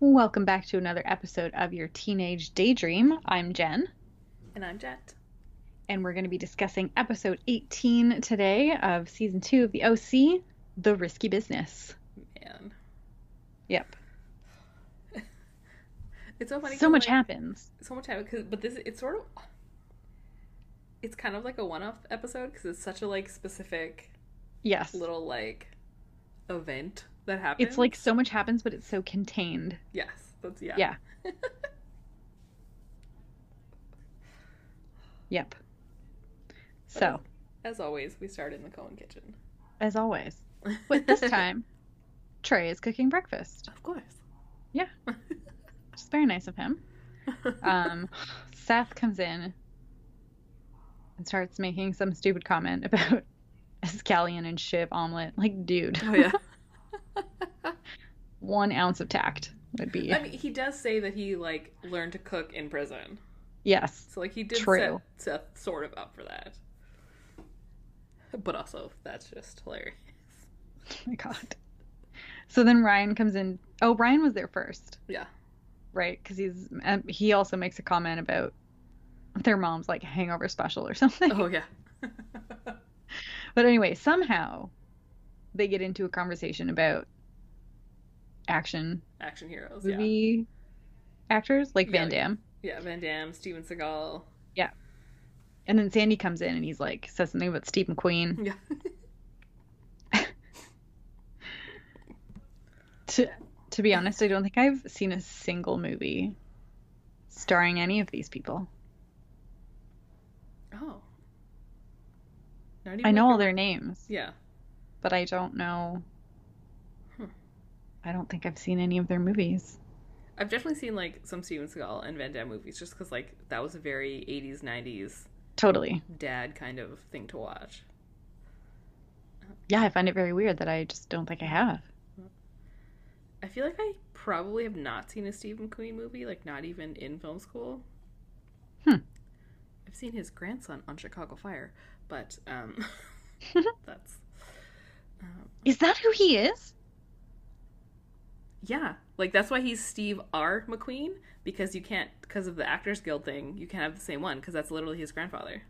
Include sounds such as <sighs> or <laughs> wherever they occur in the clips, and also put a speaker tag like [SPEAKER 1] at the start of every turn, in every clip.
[SPEAKER 1] Welcome back to another episode of your Teenage Daydream. I'm Jen,
[SPEAKER 2] And I'm Jet.
[SPEAKER 1] and we're going to be discussing episode 18 today of season two of The OC The Risky Business.
[SPEAKER 2] Man.
[SPEAKER 1] Yep.
[SPEAKER 2] It's so funny.
[SPEAKER 1] So
[SPEAKER 2] 'cause,
[SPEAKER 1] much
[SPEAKER 2] like,
[SPEAKER 1] happens.
[SPEAKER 2] So much happened. Cause, but this, it's sort of. It's kind of like a one off episode because it's such a like specific
[SPEAKER 1] Yes.
[SPEAKER 2] little like event that happens.
[SPEAKER 1] It's like so much happens, but it's so contained.
[SPEAKER 2] Yes. That's, yeah.
[SPEAKER 1] Yeah.
[SPEAKER 2] <laughs>
[SPEAKER 1] Yep. So,
[SPEAKER 2] As always, we start in the Cohen kitchen.
[SPEAKER 1] as
[SPEAKER 2] <laughs>
[SPEAKER 1] always, but this time, Trey is cooking breakfast,
[SPEAKER 2] of course. <laughs>
[SPEAKER 1] which is very nice of him.
[SPEAKER 2] <laughs>
[SPEAKER 1] um, Seth comes in and starts making some stupid comment about <laughs> scallion and shiv omelet. Like, dude,
[SPEAKER 2] oh,
[SPEAKER 1] <laughs>
[SPEAKER 2] yeah.
[SPEAKER 1] one ounce of tact would be
[SPEAKER 2] I mean, he does say that he like learned to cook in prison.
[SPEAKER 1] yes,
[SPEAKER 2] So like he did
[SPEAKER 1] True.
[SPEAKER 2] set Seth sort of up for that. But also, that's just hilarious.
[SPEAKER 1] Oh my god. So then Ryan comes in. Oh, Ryan was there first,
[SPEAKER 2] Yeah.
[SPEAKER 1] <laughs> right? Because he's um, he also makes a comment about their mom's like hangover special or <laughs> something.
[SPEAKER 2] Oh yeah.
[SPEAKER 1] But anyway, somehow they get into a conversation about action
[SPEAKER 2] Action heroes. Yeah.
[SPEAKER 1] movie actors like
[SPEAKER 2] Yeah,
[SPEAKER 1] Van
[SPEAKER 2] like-
[SPEAKER 1] Damme.
[SPEAKER 2] Yeah. Van Damme, Steven Seagal.
[SPEAKER 1] And then Sandy comes in and he's like says something about Steve McQueen.
[SPEAKER 2] Yeah.
[SPEAKER 1] To to be honest, I don't think I've seen a single movie starring any of these people.
[SPEAKER 2] Oh. Not even
[SPEAKER 1] I know
[SPEAKER 2] like
[SPEAKER 1] all
[SPEAKER 2] a-
[SPEAKER 1] their names,
[SPEAKER 2] Yeah.
[SPEAKER 1] but I don't know.
[SPEAKER 2] Hmm.
[SPEAKER 1] I don't think I've seen any of their movies.
[SPEAKER 2] I've definitely seen like some Steven Seagal and Van Damme movies just because like that was a very 80s 90s
[SPEAKER 1] Totally.
[SPEAKER 2] dad kind of thing to watch.
[SPEAKER 1] Yeah, I find it very weird that I just don't think I have.
[SPEAKER 2] I feel like I probably have not seen a Steve McQueen movie, like not even in film school.
[SPEAKER 1] Hmm.
[SPEAKER 2] I've seen his grandson on Chicago Fire, but
[SPEAKER 1] <laughs>
[SPEAKER 2] um, <laughs> that's um,
[SPEAKER 1] Is that who he is?
[SPEAKER 2] yeah, like that's why he's Steve R. McQueen because you can't because of the Actors Guild thing. You can't have the same one because that's literally his grandfather.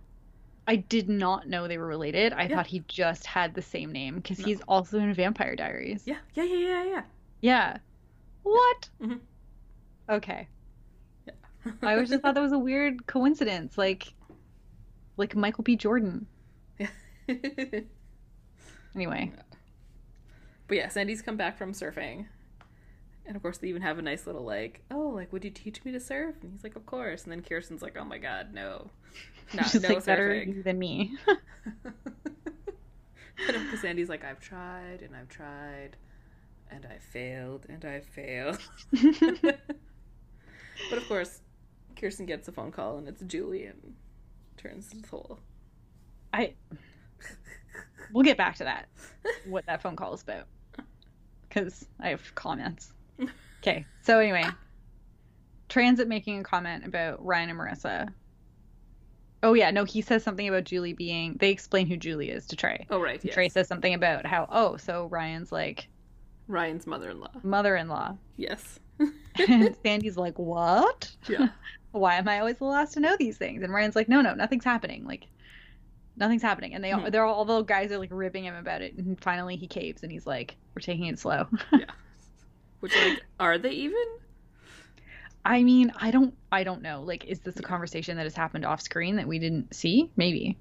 [SPEAKER 1] I did not know they were related. I
[SPEAKER 2] Yeah.
[SPEAKER 1] thought he just had the same name because
[SPEAKER 2] No.
[SPEAKER 1] he's also in Vampire Diaries.
[SPEAKER 2] Yeah, yeah, yeah, yeah, yeah.
[SPEAKER 1] Yeah. What?
[SPEAKER 2] Mhm.
[SPEAKER 1] Okay.
[SPEAKER 2] yeah.
[SPEAKER 1] I always just thought that was a weird coincidence, like, like Michael B. Jordan.
[SPEAKER 2] <laughs> but
[SPEAKER 1] Anyway,
[SPEAKER 2] yeah, Sandy's come back from surfing. And of course, they even have a nice little like, oh, like, would you teach me to surf? And he's like, of course. And then Kirsten's like, oh my
[SPEAKER 1] <laughs>
[SPEAKER 2] god, no, not
[SPEAKER 1] she's
[SPEAKER 2] no
[SPEAKER 1] like better
[SPEAKER 2] surfing. <laughs>
[SPEAKER 1] than me.
[SPEAKER 2] and of course, Sandy's like, I've tried and I've tried, and I failed and I failed. but of course, Kirsten gets a phone call and it's Julie and turns to Toll.
[SPEAKER 1] I. We'll get back to that. What that phone call is about, because I have comments. Okay. So anyway, Transit making a comment about Ryan and Marissa. Oh yeah, no, he says something about Julie being. They explain who Julie is to Trey.
[SPEAKER 2] Oh right, yes.
[SPEAKER 1] Trey says something about how oh, so Ryan's like
[SPEAKER 2] Ryan's mother-in-law. <laughs>
[SPEAKER 1] mother-in-law,
[SPEAKER 2] Yes.
[SPEAKER 1] and Sandy's like what?
[SPEAKER 2] Yeah.
[SPEAKER 1] why am I always the last to know these things? And Ryan's like, no, no, nothing's happening. Like, nothing's happening. And they all,
[SPEAKER 2] Mhm.
[SPEAKER 1] they're all, all the guys are like ripping him about it. And finally he caves and he's like, we're taking it slow. <laughs>
[SPEAKER 2] yeah. Which like, are they even?
[SPEAKER 1] I mean, I don't, I don't know. Like, is this a
[SPEAKER 2] Yeah.
[SPEAKER 1] conversation that has happened off screen that we didn't see? Maybe.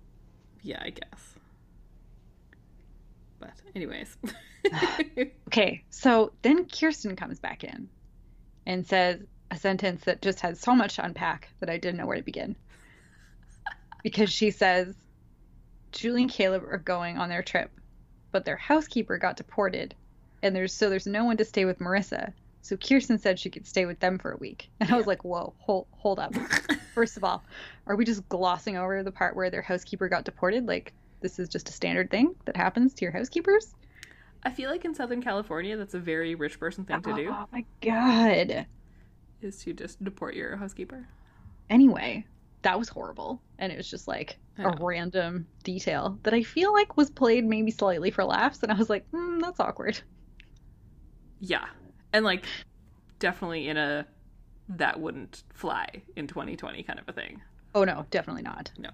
[SPEAKER 2] Yeah, I guess. But anyways. <laughs>
[SPEAKER 1] Okay. So then Kirsten comes back in and says a sentence that just has so much to unpack that I didn't know where to
[SPEAKER 2] <laughs>
[SPEAKER 1] begin. because she says, Julie and Caleb are going on their trip, but their housekeeper got deported, and there's so there's no one to stay with Marissa. So Kirsten said she could stay with them for a week, <laughs> and I was
[SPEAKER 2] Yeah.
[SPEAKER 1] like, "Whoa, hold, hold up! First of all, are we just glossing over the part where their housekeeper got deported? Like this is just a standard thing that happens to your housekeepers?"
[SPEAKER 2] I feel like in Southern California that's a very rich person thing to do
[SPEAKER 1] Oh my god!
[SPEAKER 2] is to just deport your housekeeper.
[SPEAKER 1] Anyway, that was horrible, and it was just like
[SPEAKER 2] I
[SPEAKER 1] a
[SPEAKER 2] know.
[SPEAKER 1] random detail that I feel like was played maybe "Hmm, slightly for laughs, and I was like, mm, "That's awkward."
[SPEAKER 2] Yeah. And like definitely in a that wouldn't fly in 2020 kind of a thing.
[SPEAKER 1] Oh no, definitely not.
[SPEAKER 2] No.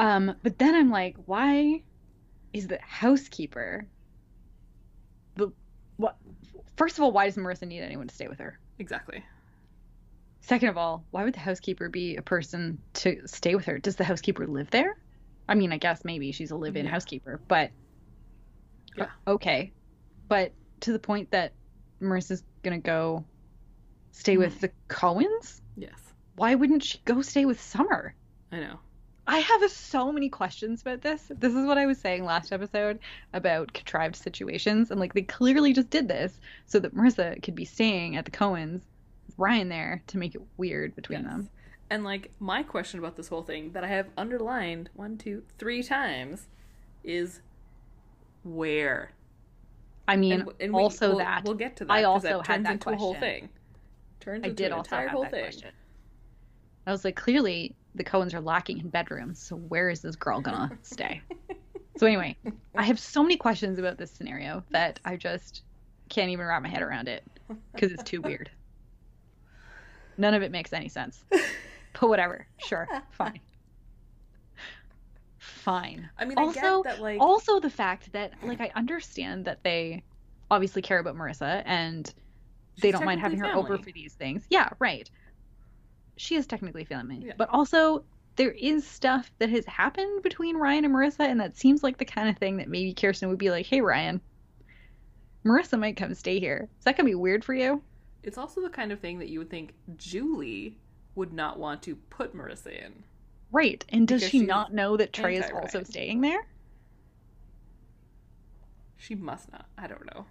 [SPEAKER 1] Um, but then I'm like, why is the housekeeper the what? First of all, why does Marissa need anyone to stay with her?
[SPEAKER 2] Exactly.
[SPEAKER 1] Second of all, why would the housekeeper be a person to stay with her? Does the housekeeper live there? I mean, I guess maybe she's a live-in
[SPEAKER 2] Yeah.
[SPEAKER 1] housekeeper, but uh,
[SPEAKER 2] Yeah.
[SPEAKER 1] okay. But to the point that Marissa's gonna go stay with the Cohens,
[SPEAKER 2] Yes.
[SPEAKER 1] why wouldn't she go stay with Summer?
[SPEAKER 2] I know.
[SPEAKER 1] I have so many questions about this. This is what I was saying last episode about contrived situations. And like, they clearly just did this so that Marissa could be staying at the Cohens, with Ryan there, to make it weird between
[SPEAKER 2] Yes.
[SPEAKER 1] them.
[SPEAKER 2] And like my question about this whole thing that I have underlined one, two, three times is where.
[SPEAKER 1] I mean,
[SPEAKER 2] w- we-
[SPEAKER 1] also
[SPEAKER 2] we'll-
[SPEAKER 1] that
[SPEAKER 2] we'll get to that.
[SPEAKER 1] I
[SPEAKER 2] 'cause
[SPEAKER 1] also
[SPEAKER 2] that
[SPEAKER 1] had
[SPEAKER 2] turns
[SPEAKER 1] that
[SPEAKER 2] into a whole
[SPEAKER 1] question.
[SPEAKER 2] thing. Turns
[SPEAKER 1] I
[SPEAKER 2] into
[SPEAKER 1] did
[SPEAKER 2] an
[SPEAKER 1] also
[SPEAKER 2] entire
[SPEAKER 1] have
[SPEAKER 2] whole
[SPEAKER 1] that
[SPEAKER 2] thing.
[SPEAKER 1] question. I was like, clearly the Cohens are lacking in bedrooms. So where is this girl
[SPEAKER 2] <laughs>
[SPEAKER 1] gonna stay? So anyway, I have so many questions about this scenario that I just can't even wrap my head around it because it's too weird. None of it makes any sense. But whatever, sure, fine, fine.
[SPEAKER 2] I mean,
[SPEAKER 1] Also-
[SPEAKER 2] I get that like
[SPEAKER 1] Also, the fact that like I understand that they obviously care about Marissa and they
[SPEAKER 2] she's
[SPEAKER 1] don't mind having
[SPEAKER 2] technically
[SPEAKER 1] her over
[SPEAKER 2] family.
[SPEAKER 1] for these things. Yeah, right. She is technically family,
[SPEAKER 2] Yeah.
[SPEAKER 1] but also there is stuff that has happened between Ryan and Marissa, and that seems like the kind of thing that maybe Kirsten would be like, "Hey, Ryan, Marissa might come stay here. Is that gonna be weird for you?"
[SPEAKER 2] It's also the kind of thing that you would think Julie would not want to put Marissa in.
[SPEAKER 1] Right. And does
[SPEAKER 2] Because
[SPEAKER 1] she
[SPEAKER 2] she's
[SPEAKER 1] not know that Trey is
[SPEAKER 2] anti-Ryan.
[SPEAKER 1] also staying there?
[SPEAKER 2] She must not. I don't know.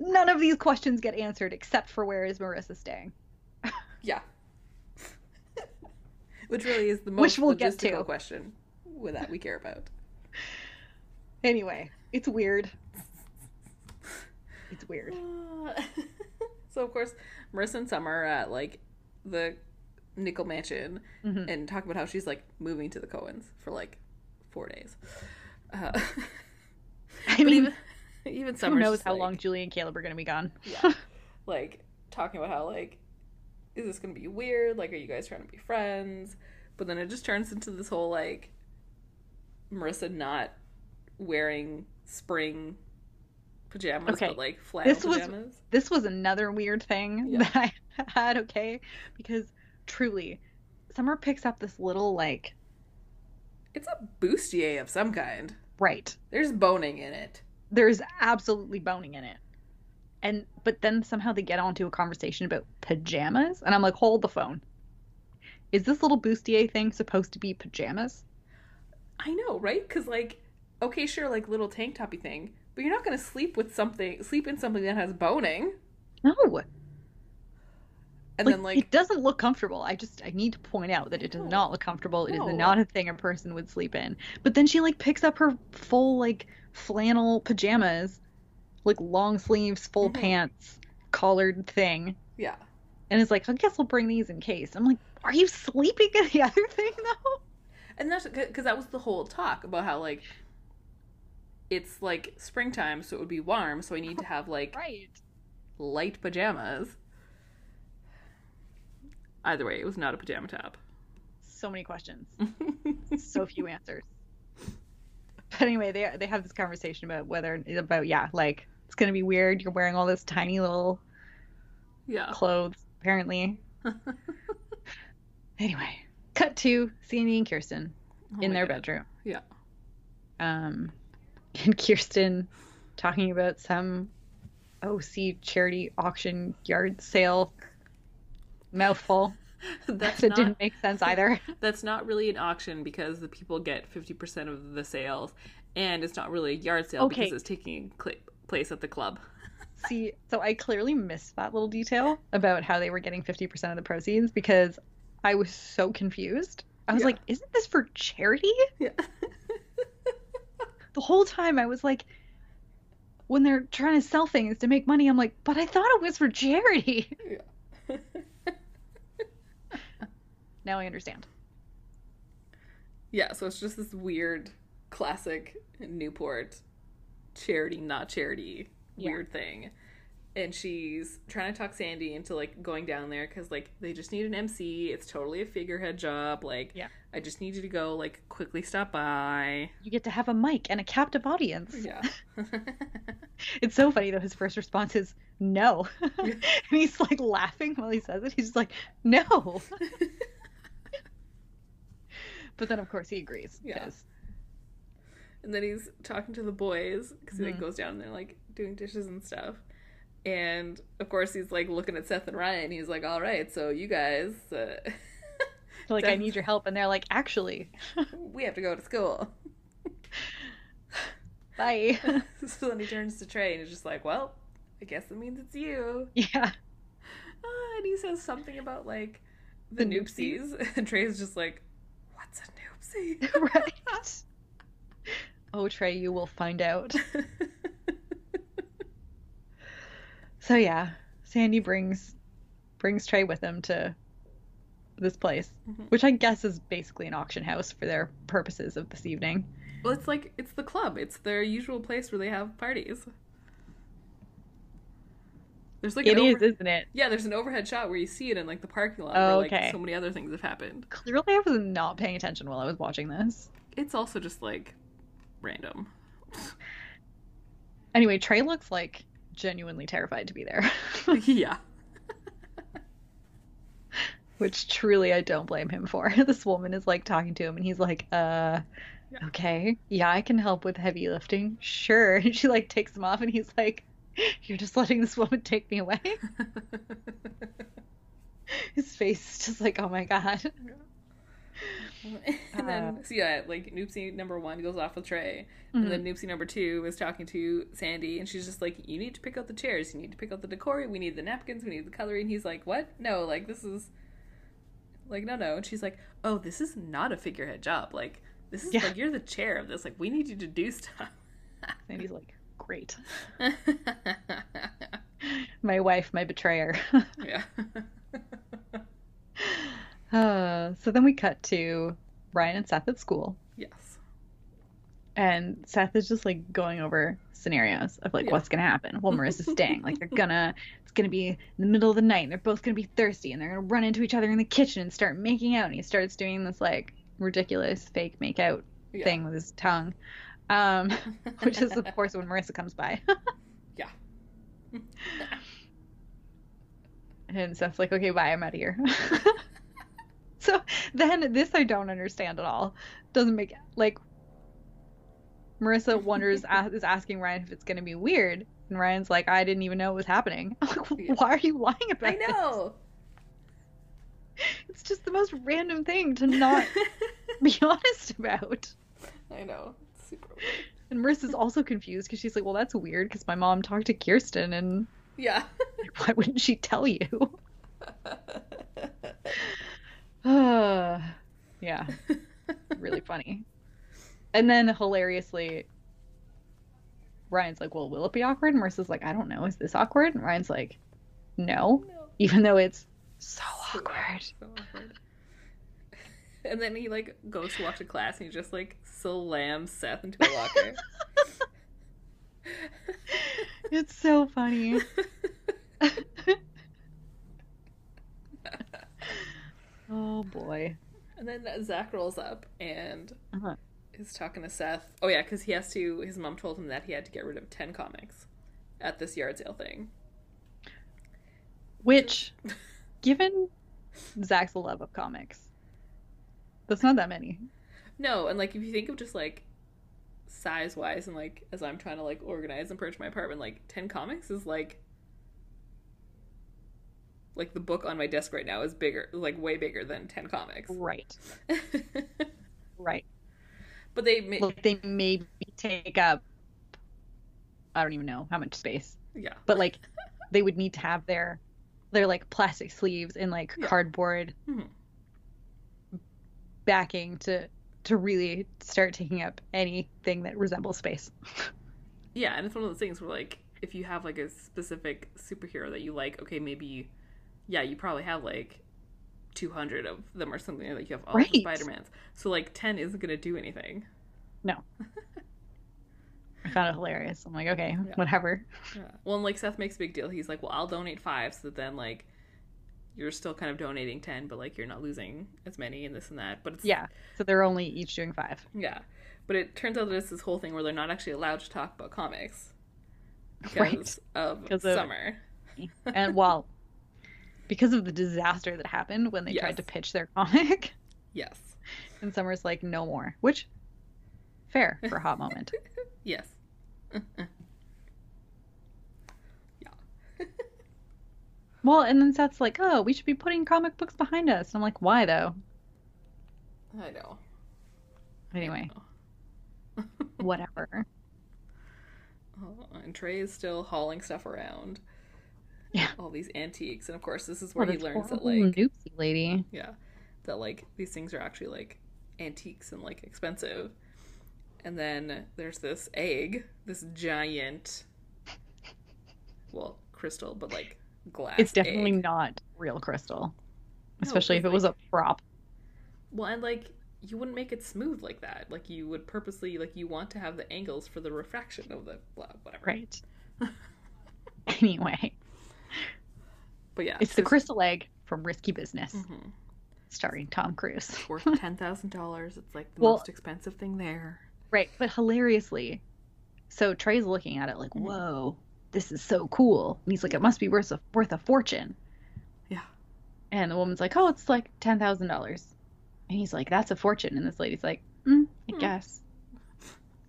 [SPEAKER 1] None of these questions get answered except for where is Marissa staying,
[SPEAKER 2] Yeah. <laughs> Which really is the most
[SPEAKER 1] Which we'll
[SPEAKER 2] logistical
[SPEAKER 1] get to.
[SPEAKER 2] question with that we care about.
[SPEAKER 1] Anyway, it's <laughs> weird. It's weird.
[SPEAKER 2] <laughs> so of course, Marissa and Summer are at like the Nickel Mansion
[SPEAKER 1] Mhm.
[SPEAKER 2] and talk about how she's like moving to the Cohens for like four days. Uh, <laughs>
[SPEAKER 1] I
[SPEAKER 2] but
[SPEAKER 1] mean,
[SPEAKER 2] even, <laughs> even
[SPEAKER 1] who
[SPEAKER 2] Summer's
[SPEAKER 1] knows
[SPEAKER 2] just
[SPEAKER 1] how
[SPEAKER 2] like-
[SPEAKER 1] long Julie and Caleb are going to be gone? <laughs>
[SPEAKER 2] yeah like talking about how like is this gonna be weird like are you guys trying to be friends but then it just turns into this whole like marissa not wearing spring pajamas
[SPEAKER 1] Okay,
[SPEAKER 2] but like flannel
[SPEAKER 1] this was-
[SPEAKER 2] pajamas
[SPEAKER 1] This was another weird thing <laughs>
[SPEAKER 2] Yeah.
[SPEAKER 1] that I had, okay? Because truly, Summer picks up this little, like,
[SPEAKER 2] it's a bustier of some kind
[SPEAKER 1] right.
[SPEAKER 2] there's boning in it
[SPEAKER 1] There's absolutely boning in it. And, but then somehow they get onto a conversation about pajamas. And I'm like, hold the phone. Is this little bustier thing supposed to be pajamas?
[SPEAKER 2] i know right because like okay sure like little tank toppy thing but you're not gonna sleep with something sleep in something that has boning
[SPEAKER 1] No.
[SPEAKER 2] and
[SPEAKER 1] like,
[SPEAKER 2] then like
[SPEAKER 1] it doesn't look comfortable. I just I need to point out that it does
[SPEAKER 2] No.
[SPEAKER 1] not look comfortable. It is
[SPEAKER 2] No.
[SPEAKER 1] not a thing a person would sleep in. But then she like picks up her full like flannel pajamas, like long sleeves, full
[SPEAKER 2] Mhm.
[SPEAKER 1] pants, collared thing,
[SPEAKER 2] yeah
[SPEAKER 1] and is like, I guess we'll bring these in case. I'm like, are you sleeping in the <laughs> other thing though?
[SPEAKER 2] And that's because that was the whole talk about how like it's like springtime, so it would be warm, so I need to have like
[SPEAKER 1] Right.
[SPEAKER 2] light pajamas. Either way, it was not a pajama top.
[SPEAKER 1] So many
[SPEAKER 2] <laughs>
[SPEAKER 1] questions. so few answers. But anyway, they they have this conversation about whether about yeah, like it's gonna be weird. You're wearing all this tiny little
[SPEAKER 2] yeah.
[SPEAKER 1] <laughs> clothes,
[SPEAKER 2] <laughs>
[SPEAKER 1] apparently. anyway, cut to Sandy and Kirsten
[SPEAKER 2] Oh
[SPEAKER 1] in
[SPEAKER 2] my
[SPEAKER 1] their
[SPEAKER 2] God.
[SPEAKER 1] bedroom.
[SPEAKER 2] Yeah.
[SPEAKER 1] Um, <laughs> and Kirsten talking about some OC charity auction yard sale
[SPEAKER 2] <laughs>
[SPEAKER 1] mouthful
[SPEAKER 2] <laughs> That's
[SPEAKER 1] that
[SPEAKER 2] not
[SPEAKER 1] didn't make sense either. <laughs>
[SPEAKER 2] that's not really an auction because the people get fifty percent of the sales, and it's not really a yard sale
[SPEAKER 1] Okay.
[SPEAKER 2] because it's taking cl- place at the club.
[SPEAKER 1] See, so I clearly missed that little detail about how they were getting 50% of the proceeds because I was so confused. I was
[SPEAKER 2] Yeah.
[SPEAKER 1] like, isn't this for charity?
[SPEAKER 2] <laughs> Yeah.
[SPEAKER 1] the whole time I was like, when they're trying to sell things to make money, I'm like, but I thought it was for charity. <laughs> Now I understand.
[SPEAKER 2] Yeah, so it's just this weird classic Newport charity, not charity
[SPEAKER 1] Yeah.
[SPEAKER 2] weird thing. and she's trying to talk Sandy into like going down there because like they just need an MC. It's totally a figurehead job. Like,
[SPEAKER 1] Yeah.
[SPEAKER 2] I just need you to go like quickly stop by.
[SPEAKER 1] You get to have a mic and a captive audience.
[SPEAKER 2] <laughs> Yeah,
[SPEAKER 1] It's so funny though. His first response is no, <laughs>
[SPEAKER 2] Yeah.
[SPEAKER 1] and he's like laughing while he says it. He's just like <laughs> no. but then of course he agrees.
[SPEAKER 2] Yeah.
[SPEAKER 1] 'cause-
[SPEAKER 2] and then he's talking to the boys because he like
[SPEAKER 1] Mhm.
[SPEAKER 2] goes down there like doing dishes and stuff. And of course he's like looking at Seth and Ryan. He's like, "All right, so you guys,
[SPEAKER 1] <laughs>
[SPEAKER 2] uh, <laughs>
[SPEAKER 1] like I
[SPEAKER 2] Def-
[SPEAKER 1] need your help, and they're like <laughs> actually,
[SPEAKER 2] we have to go to school." <laughs>
[SPEAKER 1] bye. <laughs>
[SPEAKER 2] so then he turns to Trey and he's just like, "Well, I guess it means it's you."
[SPEAKER 1] yeah.
[SPEAKER 2] Ah, and he says something about like the,
[SPEAKER 1] The
[SPEAKER 2] noopsies, <laughs> and Trey's just like, "What's a noopsie?"
[SPEAKER 1] <laughs>
[SPEAKER 2] <laughs>
[SPEAKER 1] right? Oh, Trey, you will find out. So yeah, Sandy brings brings Trey with him to this place,
[SPEAKER 2] Mhm.
[SPEAKER 1] which I guess is basically an auction house for their purposes of this evening.
[SPEAKER 2] well, it's like it's the club. It's their usual place where they have parties. There's like
[SPEAKER 1] It
[SPEAKER 2] an
[SPEAKER 1] is,
[SPEAKER 2] over-
[SPEAKER 1] isn't it?
[SPEAKER 2] yeah. There's an overhead shot where you see it in like the parking lot
[SPEAKER 1] Oh,
[SPEAKER 2] where like
[SPEAKER 1] okay.
[SPEAKER 2] so many other things have happened.
[SPEAKER 1] Clearly, I was not paying attention while I was watching this.
[SPEAKER 2] It's also just like
[SPEAKER 1] <laughs>
[SPEAKER 2] random.
[SPEAKER 1] Anyway, Trey looks like genuinely terrified to be there, <laughs>
[SPEAKER 2] yeah.
[SPEAKER 1] which truly I don't blame him for. <laughs> This woman is like talking to him, and he's like, "Uh,
[SPEAKER 2] Yeah.
[SPEAKER 1] okay, yeah, I can help with heavy lifting, sure." <laughs> And she like takes him off, and he's like, "You're just letting this woman take me away." <laughs> His face is just like, "Oh my god." <laughs>
[SPEAKER 2] and
[SPEAKER 1] Uh.
[SPEAKER 2] then, so yeah, like Noopsie number one goes off with Trey,
[SPEAKER 1] Mhm.
[SPEAKER 2] and then Noopsie number two is talking to Sandy, and she's just like, "You need to pick out the chairs. You need to pick out the decor. We need the napkins. We need the coloring." he's like, "What? No, like this is, like no, no." And she's like, "Oh, this is not a figurehead job. Like this is
[SPEAKER 1] Yeah.
[SPEAKER 2] like you're the chair of this. Like we need you to do stuff."
[SPEAKER 1] And he's like, "Great, my wife, my betrayer." <laughs>
[SPEAKER 2] <laughs> yeah.
[SPEAKER 1] uh, so then we cut to Ryan and Seth at school.
[SPEAKER 2] yes.
[SPEAKER 1] and Seth is just like going over scenarios of like
[SPEAKER 2] Yeah.
[SPEAKER 1] what's gonna happen. Well,
[SPEAKER 2] <laughs>
[SPEAKER 1] Marissa's staying. Like they're gonna, it's gonna be in the middle of the night. And they're both gonna be thirsty, and they're gonna run into each other in the kitchen and start making out. And he starts doing this like ridiculous fake make out
[SPEAKER 2] Yeah. <laughs>
[SPEAKER 1] thing with his tongue, um, <laughs> which is of course when Marissa comes by. <laughs>
[SPEAKER 2] Yeah.
[SPEAKER 1] and Seth's like, "Okay, bye. I'm out of here." <laughs> so then this I don't understand at all. Doesn't make like Marissa
[SPEAKER 2] <laughs>
[SPEAKER 1] wonders a- is asking Ryan if it's gonna be weird, and Ryan's like, "I didn't even know it was happening. <laughs> I'm like,
[SPEAKER 2] Yeah.
[SPEAKER 1] Why are you lying about
[SPEAKER 2] I
[SPEAKER 1] it?
[SPEAKER 2] know.
[SPEAKER 1] It's just the most random thing to not <laughs> be honest about."
[SPEAKER 2] <laughs> I know. It's super weird.
[SPEAKER 1] And Marissa's also confused because she's like, "Well, that's weird because my mom talked to Kirsten, and
[SPEAKER 2] Yeah. <laughs>
[SPEAKER 1] like, <laughs> why wouldn't she tell you?" Uh, <sighs> yeah, really funny. And then hilariously, Ryan's like, Well, will it be awkward? And Marissa's like, I don't know. Is this awkward? And Ryan's like, No,
[SPEAKER 2] No.
[SPEAKER 1] even though it's so
[SPEAKER 2] So
[SPEAKER 1] awkward.
[SPEAKER 2] So awkward. And then he like goes to walk to class and he just like slams Seth into a
[SPEAKER 1] <laughs>
[SPEAKER 2] locker.
[SPEAKER 1] It's so funny. <laughs>
[SPEAKER 2] <laughs>
[SPEAKER 1] oh boy.
[SPEAKER 2] and then Zach rolls up and
[SPEAKER 1] Uh-huh.
[SPEAKER 2] is talking to Seth. Oh yeah, because he has to. His mom told him that he had to get rid of ten comics at this yard sale thing.
[SPEAKER 1] Which, given Zach's love of comics, that's not that many.
[SPEAKER 2] No, and like if you think of just like size wise and like as I'm trying to like organize and purge my apartment, like ten comics is like like the book on my desk right now is bigger like way bigger than ten comics.
[SPEAKER 1] <laughs> Right. Right.
[SPEAKER 2] but they ma-
[SPEAKER 1] Like they maybe take up I don't even know how much space.
[SPEAKER 2] yeah.
[SPEAKER 1] but like they would need to have their their like plastic sleeves and like
[SPEAKER 2] Yeah.
[SPEAKER 1] cardboard
[SPEAKER 2] Mhm.
[SPEAKER 1] backing to to really start taking up anything that resembles space.
[SPEAKER 2] Yeah, and it's one of those things where like if you have like a specific superhero that you like, okay, maybe yeah, you probably have like 200 of them or something like you have all the
[SPEAKER 1] Right.
[SPEAKER 2] Spider-Mans. So like 10 isn't going to do anything.
[SPEAKER 1] I found it hilarious. I'm like, okay,
[SPEAKER 2] Yeah.
[SPEAKER 1] whatever.
[SPEAKER 2] Yeah. Well, and like Seth makes a big deal. He's like, well, I'll donate five, so that then like you're still kind of donating ten, but like you're not losing as many and this and that. But it's
[SPEAKER 1] Yeah. So they're only each doing five.
[SPEAKER 2] yeah. But it turns out that it's this whole thing where they're not actually allowed to talk about comics
[SPEAKER 1] Right.
[SPEAKER 2] because of
[SPEAKER 1] 'Cause of-
[SPEAKER 2] summer.
[SPEAKER 1] And well, because of the disaster that happened when they
[SPEAKER 2] Yes.
[SPEAKER 1] tried to pitch their comic,
[SPEAKER 2] Yes.
[SPEAKER 1] and Summer's like, no more, which fair for a hot moment.
[SPEAKER 2] Yes.
[SPEAKER 1] Well, and then Seth's like, oh, we should be putting comic books behind us. And I'm like, why though?
[SPEAKER 2] I know.
[SPEAKER 1] Anyway, whatever.
[SPEAKER 2] Oh, and Trey is still hauling stuff around.
[SPEAKER 1] Yeah.
[SPEAKER 2] All these antiques, and of course, this is where
[SPEAKER 1] Oh,
[SPEAKER 2] he
[SPEAKER 1] this
[SPEAKER 2] learns that
[SPEAKER 1] horrible
[SPEAKER 2] like
[SPEAKER 1] noobsy lady.
[SPEAKER 2] Yeah. That like these things are actually like antiques and like expensive. And then there's this egg, this giant well, crystal, but like glass.
[SPEAKER 1] It's definitely
[SPEAKER 2] egg.
[SPEAKER 1] not real crystal, especially if it
[SPEAKER 2] 'cause,
[SPEAKER 1] was a prop.
[SPEAKER 2] Well, and like you wouldn't make it smooth like that. Like you would purposely like you want to have the angles for the refraction of the blah, whatever.
[SPEAKER 1] Right. anyway,
[SPEAKER 2] But yeah.
[SPEAKER 1] it's the crystal egg from Risky Business,
[SPEAKER 2] mm
[SPEAKER 1] starring Tom Cruise.
[SPEAKER 2] Worth
[SPEAKER 1] <laughs>
[SPEAKER 2] ten thousand dollars. It's like the
[SPEAKER 1] Well-
[SPEAKER 2] most expensive thing there.
[SPEAKER 1] Right, but hilariously, so Trey's looking at it
[SPEAKER 2] Mm.
[SPEAKER 1] like, "Whoa, this is so cool," and he's like, "It must be worth a worth a fortune."
[SPEAKER 2] Yeah.
[SPEAKER 1] And the woman's like, "Oh, it's like ten thousand dollars," and he's like, "That's a fortune," and this lady's like, mm, "I
[SPEAKER 2] Hmm.
[SPEAKER 1] guess."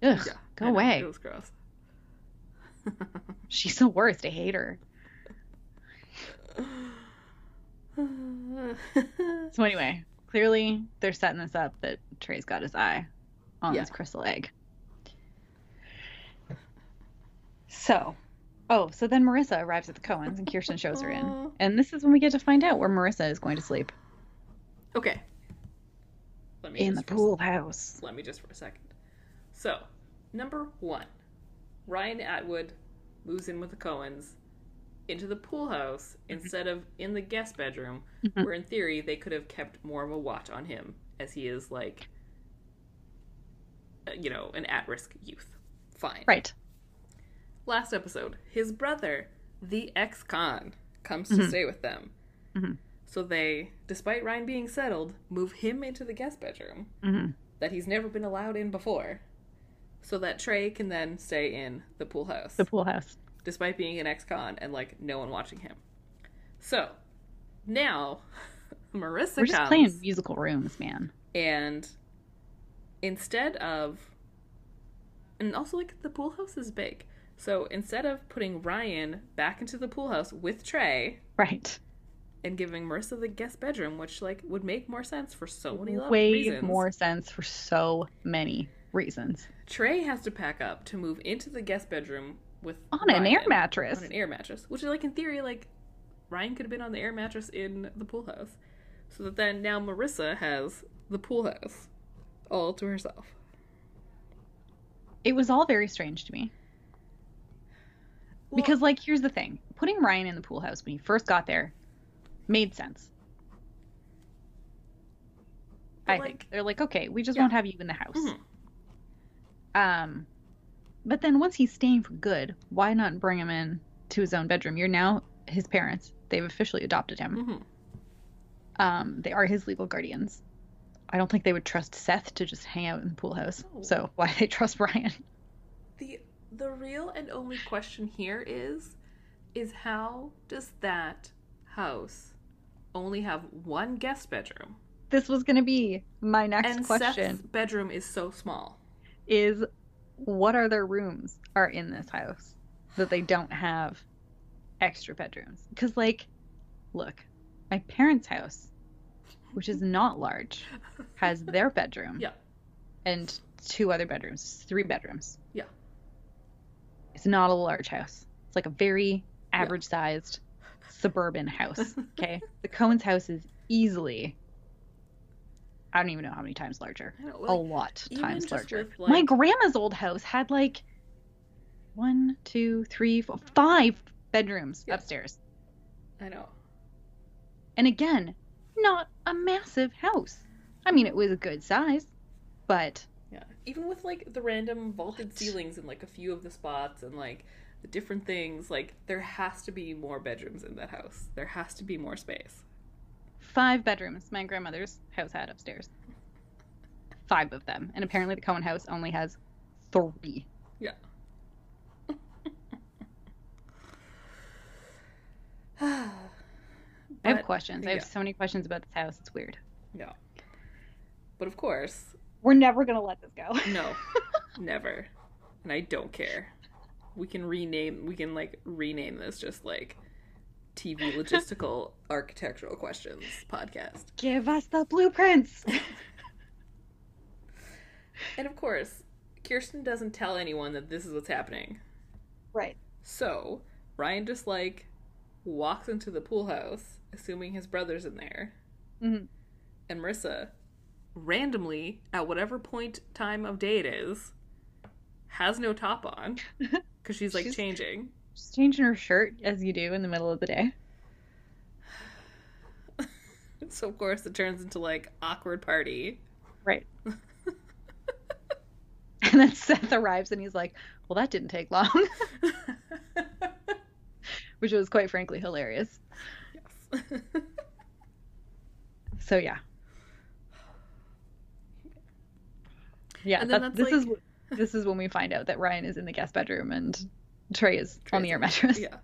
[SPEAKER 1] Ugh,
[SPEAKER 2] Yeah,
[SPEAKER 1] go
[SPEAKER 2] I know,
[SPEAKER 1] away.
[SPEAKER 2] It was gross.
[SPEAKER 1] She's the worst. I hate her. So anyway, clearly they're setting this up that Trey's got his eye on
[SPEAKER 2] Yeah.
[SPEAKER 1] this crystal egg. So, oh, so then Marissa arrives at the Cohens and Kirsten shows her in. And this is when we get to find out where Marissa is going to sleep
[SPEAKER 2] okay. Let me
[SPEAKER 1] in the
[SPEAKER 2] just for-
[SPEAKER 1] pool house.
[SPEAKER 2] let me just for a second. So, number one, Ryan Atwood moves in with the Cohens into the pool house instead of in the guest bedroom,
[SPEAKER 1] Mhm.
[SPEAKER 2] where in theory they could have kept more of a watch on him, as he is like, uh, you know, an at-risk youth. Fine.
[SPEAKER 1] Right.
[SPEAKER 2] last episode, his brother, the ex con, comes to
[SPEAKER 1] Mhm.
[SPEAKER 2] stay with them.
[SPEAKER 1] Mhm.
[SPEAKER 2] So they, despite Ryan being settled, move him into the guest bedroom
[SPEAKER 1] hmm
[SPEAKER 2] that he's never been allowed in before. So that Trey can then stay in the pool house,
[SPEAKER 1] The pool house.
[SPEAKER 2] despite being an ex con and like no one watching him. So now <laughs> Marissa
[SPEAKER 1] We're just
[SPEAKER 2] comes
[SPEAKER 1] playing musical rooms, man.
[SPEAKER 2] and instead of and also like the pool house is big so instead of putting ryan back into the pool house with trey
[SPEAKER 1] Right.
[SPEAKER 2] and giving marissa the guest bedroom which like would make more sense for so many lo-
[SPEAKER 1] Way
[SPEAKER 2] reasons
[SPEAKER 1] more sense for so many reasons.
[SPEAKER 2] trey has to pack up to move into the guest bedroom with
[SPEAKER 1] On an air
[SPEAKER 2] Ryan
[SPEAKER 1] mattress.
[SPEAKER 2] on an air mattress which like in theory like ryan could have been on the air mattress in the pool house so that then now marissa has the pool house all to herself
[SPEAKER 1] It was all very strange to me.
[SPEAKER 2] Well-
[SPEAKER 1] Because, like, here's the thing putting Ryan in the pool house when he first got there made sense.
[SPEAKER 2] But,
[SPEAKER 1] I
[SPEAKER 2] like-
[SPEAKER 1] think they're like, okay, we just
[SPEAKER 2] Yeah. Mm-hmm.
[SPEAKER 1] won't have you in the house.
[SPEAKER 2] Mhm.
[SPEAKER 1] Um, but then once he's staying for good, why not bring him in to his own bedroom? You're now his parents. They've officially adopted him.
[SPEAKER 2] mm-hmm.
[SPEAKER 1] Um, they are his legal guardians. I don't think they would trust Seth to just hang out in the pool house.
[SPEAKER 2] No.
[SPEAKER 1] So why they trust Ryan? <laughs>
[SPEAKER 2] The the real and only question here is is how does that house only have one guest bedroom?
[SPEAKER 1] This was going to be my next
[SPEAKER 2] and
[SPEAKER 1] question.
[SPEAKER 2] Seth's bedroom is so small.
[SPEAKER 1] is what other rooms are in this house that they don't have extra bedrooms? Because, like, look, my parents' house, which is not large, has their bedroom
[SPEAKER 2] <laughs>
[SPEAKER 1] <laughs>
[SPEAKER 2] Yeah. <laughs>
[SPEAKER 1] and two other bedrooms, three bedrooms.
[SPEAKER 2] Yeah.
[SPEAKER 1] It's not a large house. It's like a very average sized suburban house.
[SPEAKER 2] <laughs>
[SPEAKER 1] Okay. the Cohen's house is easily, I don't even know how many times larger
[SPEAKER 2] I don't
[SPEAKER 1] a
[SPEAKER 2] like,
[SPEAKER 1] lot
[SPEAKER 2] even
[SPEAKER 1] times
[SPEAKER 2] just
[SPEAKER 1] larger.
[SPEAKER 2] with,
[SPEAKER 1] My
[SPEAKER 2] like-
[SPEAKER 1] grandma's old house had like one, two, three, four, five bedrooms
[SPEAKER 2] Yeah.
[SPEAKER 1] upstairs.
[SPEAKER 2] I know.
[SPEAKER 1] And again, not a massive house. I mean, it was a good size, but
[SPEAKER 2] Yeah. Even with like the random vaulted ceilings and like a few of the spots and like the different things, like there has to be more bedrooms in that house. There has to be more space.
[SPEAKER 1] Five bedrooms my grandmother's house had upstairs. Five of them. And apparently the Cohen house only has three.
[SPEAKER 2] Yeah.
[SPEAKER 1] I have
[SPEAKER 2] But-
[SPEAKER 1] questions. I have
[SPEAKER 2] yeah.
[SPEAKER 1] so many questions about this house. It's weird.
[SPEAKER 2] Yeah. But of course,
[SPEAKER 1] We're never going to let this go.
[SPEAKER 2] no. never. And I don't care. We can rename we can like rename this just like TV logistical architectural questions podcast.
[SPEAKER 1] Give us the blueprints.
[SPEAKER 2] And of course, Kirsten doesn't tell anyone that this is what's happening.
[SPEAKER 1] <laughs> right.
[SPEAKER 2] So, Ryan just like walks into the pool house, assuming his brother's in there.
[SPEAKER 1] Mhm.
[SPEAKER 2] And Marissa, randomly, at whatever point time of day it is, has no top on because she's like
[SPEAKER 1] She's-
[SPEAKER 2] changing.
[SPEAKER 1] Just changing her shirt as you do in the middle of the day.
[SPEAKER 2] So, of course, it turns into like awkward party. <laughs>
[SPEAKER 1] Right. <laughs> and then Seth arrives and he's like, well, that didn't take long, <laughs>
[SPEAKER 2] <laughs>
[SPEAKER 1] which was quite frankly hilarious.
[SPEAKER 2] yes.
[SPEAKER 1] So, yeah. Yeah,
[SPEAKER 2] And then
[SPEAKER 1] that's-
[SPEAKER 2] that's
[SPEAKER 1] this is
[SPEAKER 2] like-
[SPEAKER 1] this is when we find out that Ryan is in the guest bedroom and Trey is on the air mattress.
[SPEAKER 2] yeah.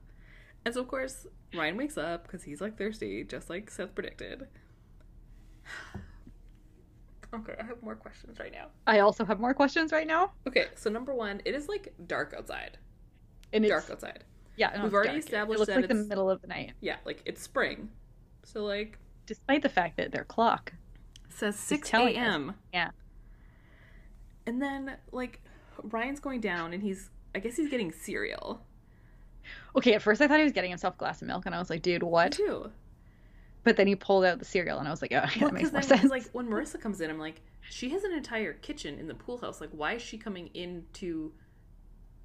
[SPEAKER 2] And so, of course, Ryan wakes up because he's like thirsty, just like Seth predicted. <sighs> Okay, I have more questions right now.
[SPEAKER 1] I also have more questions right now,
[SPEAKER 2] Okay, so number one, it is like dark outside.
[SPEAKER 1] and it's
[SPEAKER 2] dark outside.
[SPEAKER 1] yeah. no,
[SPEAKER 2] We've
[SPEAKER 1] it's
[SPEAKER 2] already
[SPEAKER 1] dark. It-
[SPEAKER 2] established
[SPEAKER 1] it looks
[SPEAKER 2] that
[SPEAKER 1] like the
[SPEAKER 2] it's-
[SPEAKER 1] middle of the night,
[SPEAKER 2] Yeah, like it's spring. So like
[SPEAKER 1] despite the fact that their clock
[SPEAKER 2] says six
[SPEAKER 1] telling us.
[SPEAKER 2] a.m.
[SPEAKER 1] Yeah.
[SPEAKER 2] And then like Ryan's going down, and he's I guess he's getting cereal.
[SPEAKER 1] Okay, at first I thought he was getting himself a glass of milk, and I was like, dude,
[SPEAKER 2] I
[SPEAKER 1] what?
[SPEAKER 2] too.
[SPEAKER 1] But then he pulled out the cereal, and I was like, oh, yeah,
[SPEAKER 2] Well,
[SPEAKER 1] that makes more
[SPEAKER 2] because then
[SPEAKER 1] sense.
[SPEAKER 2] it's like when Marissa comes in, I'm like, she has an entire kitchen in the pool house. Like, why is she coming into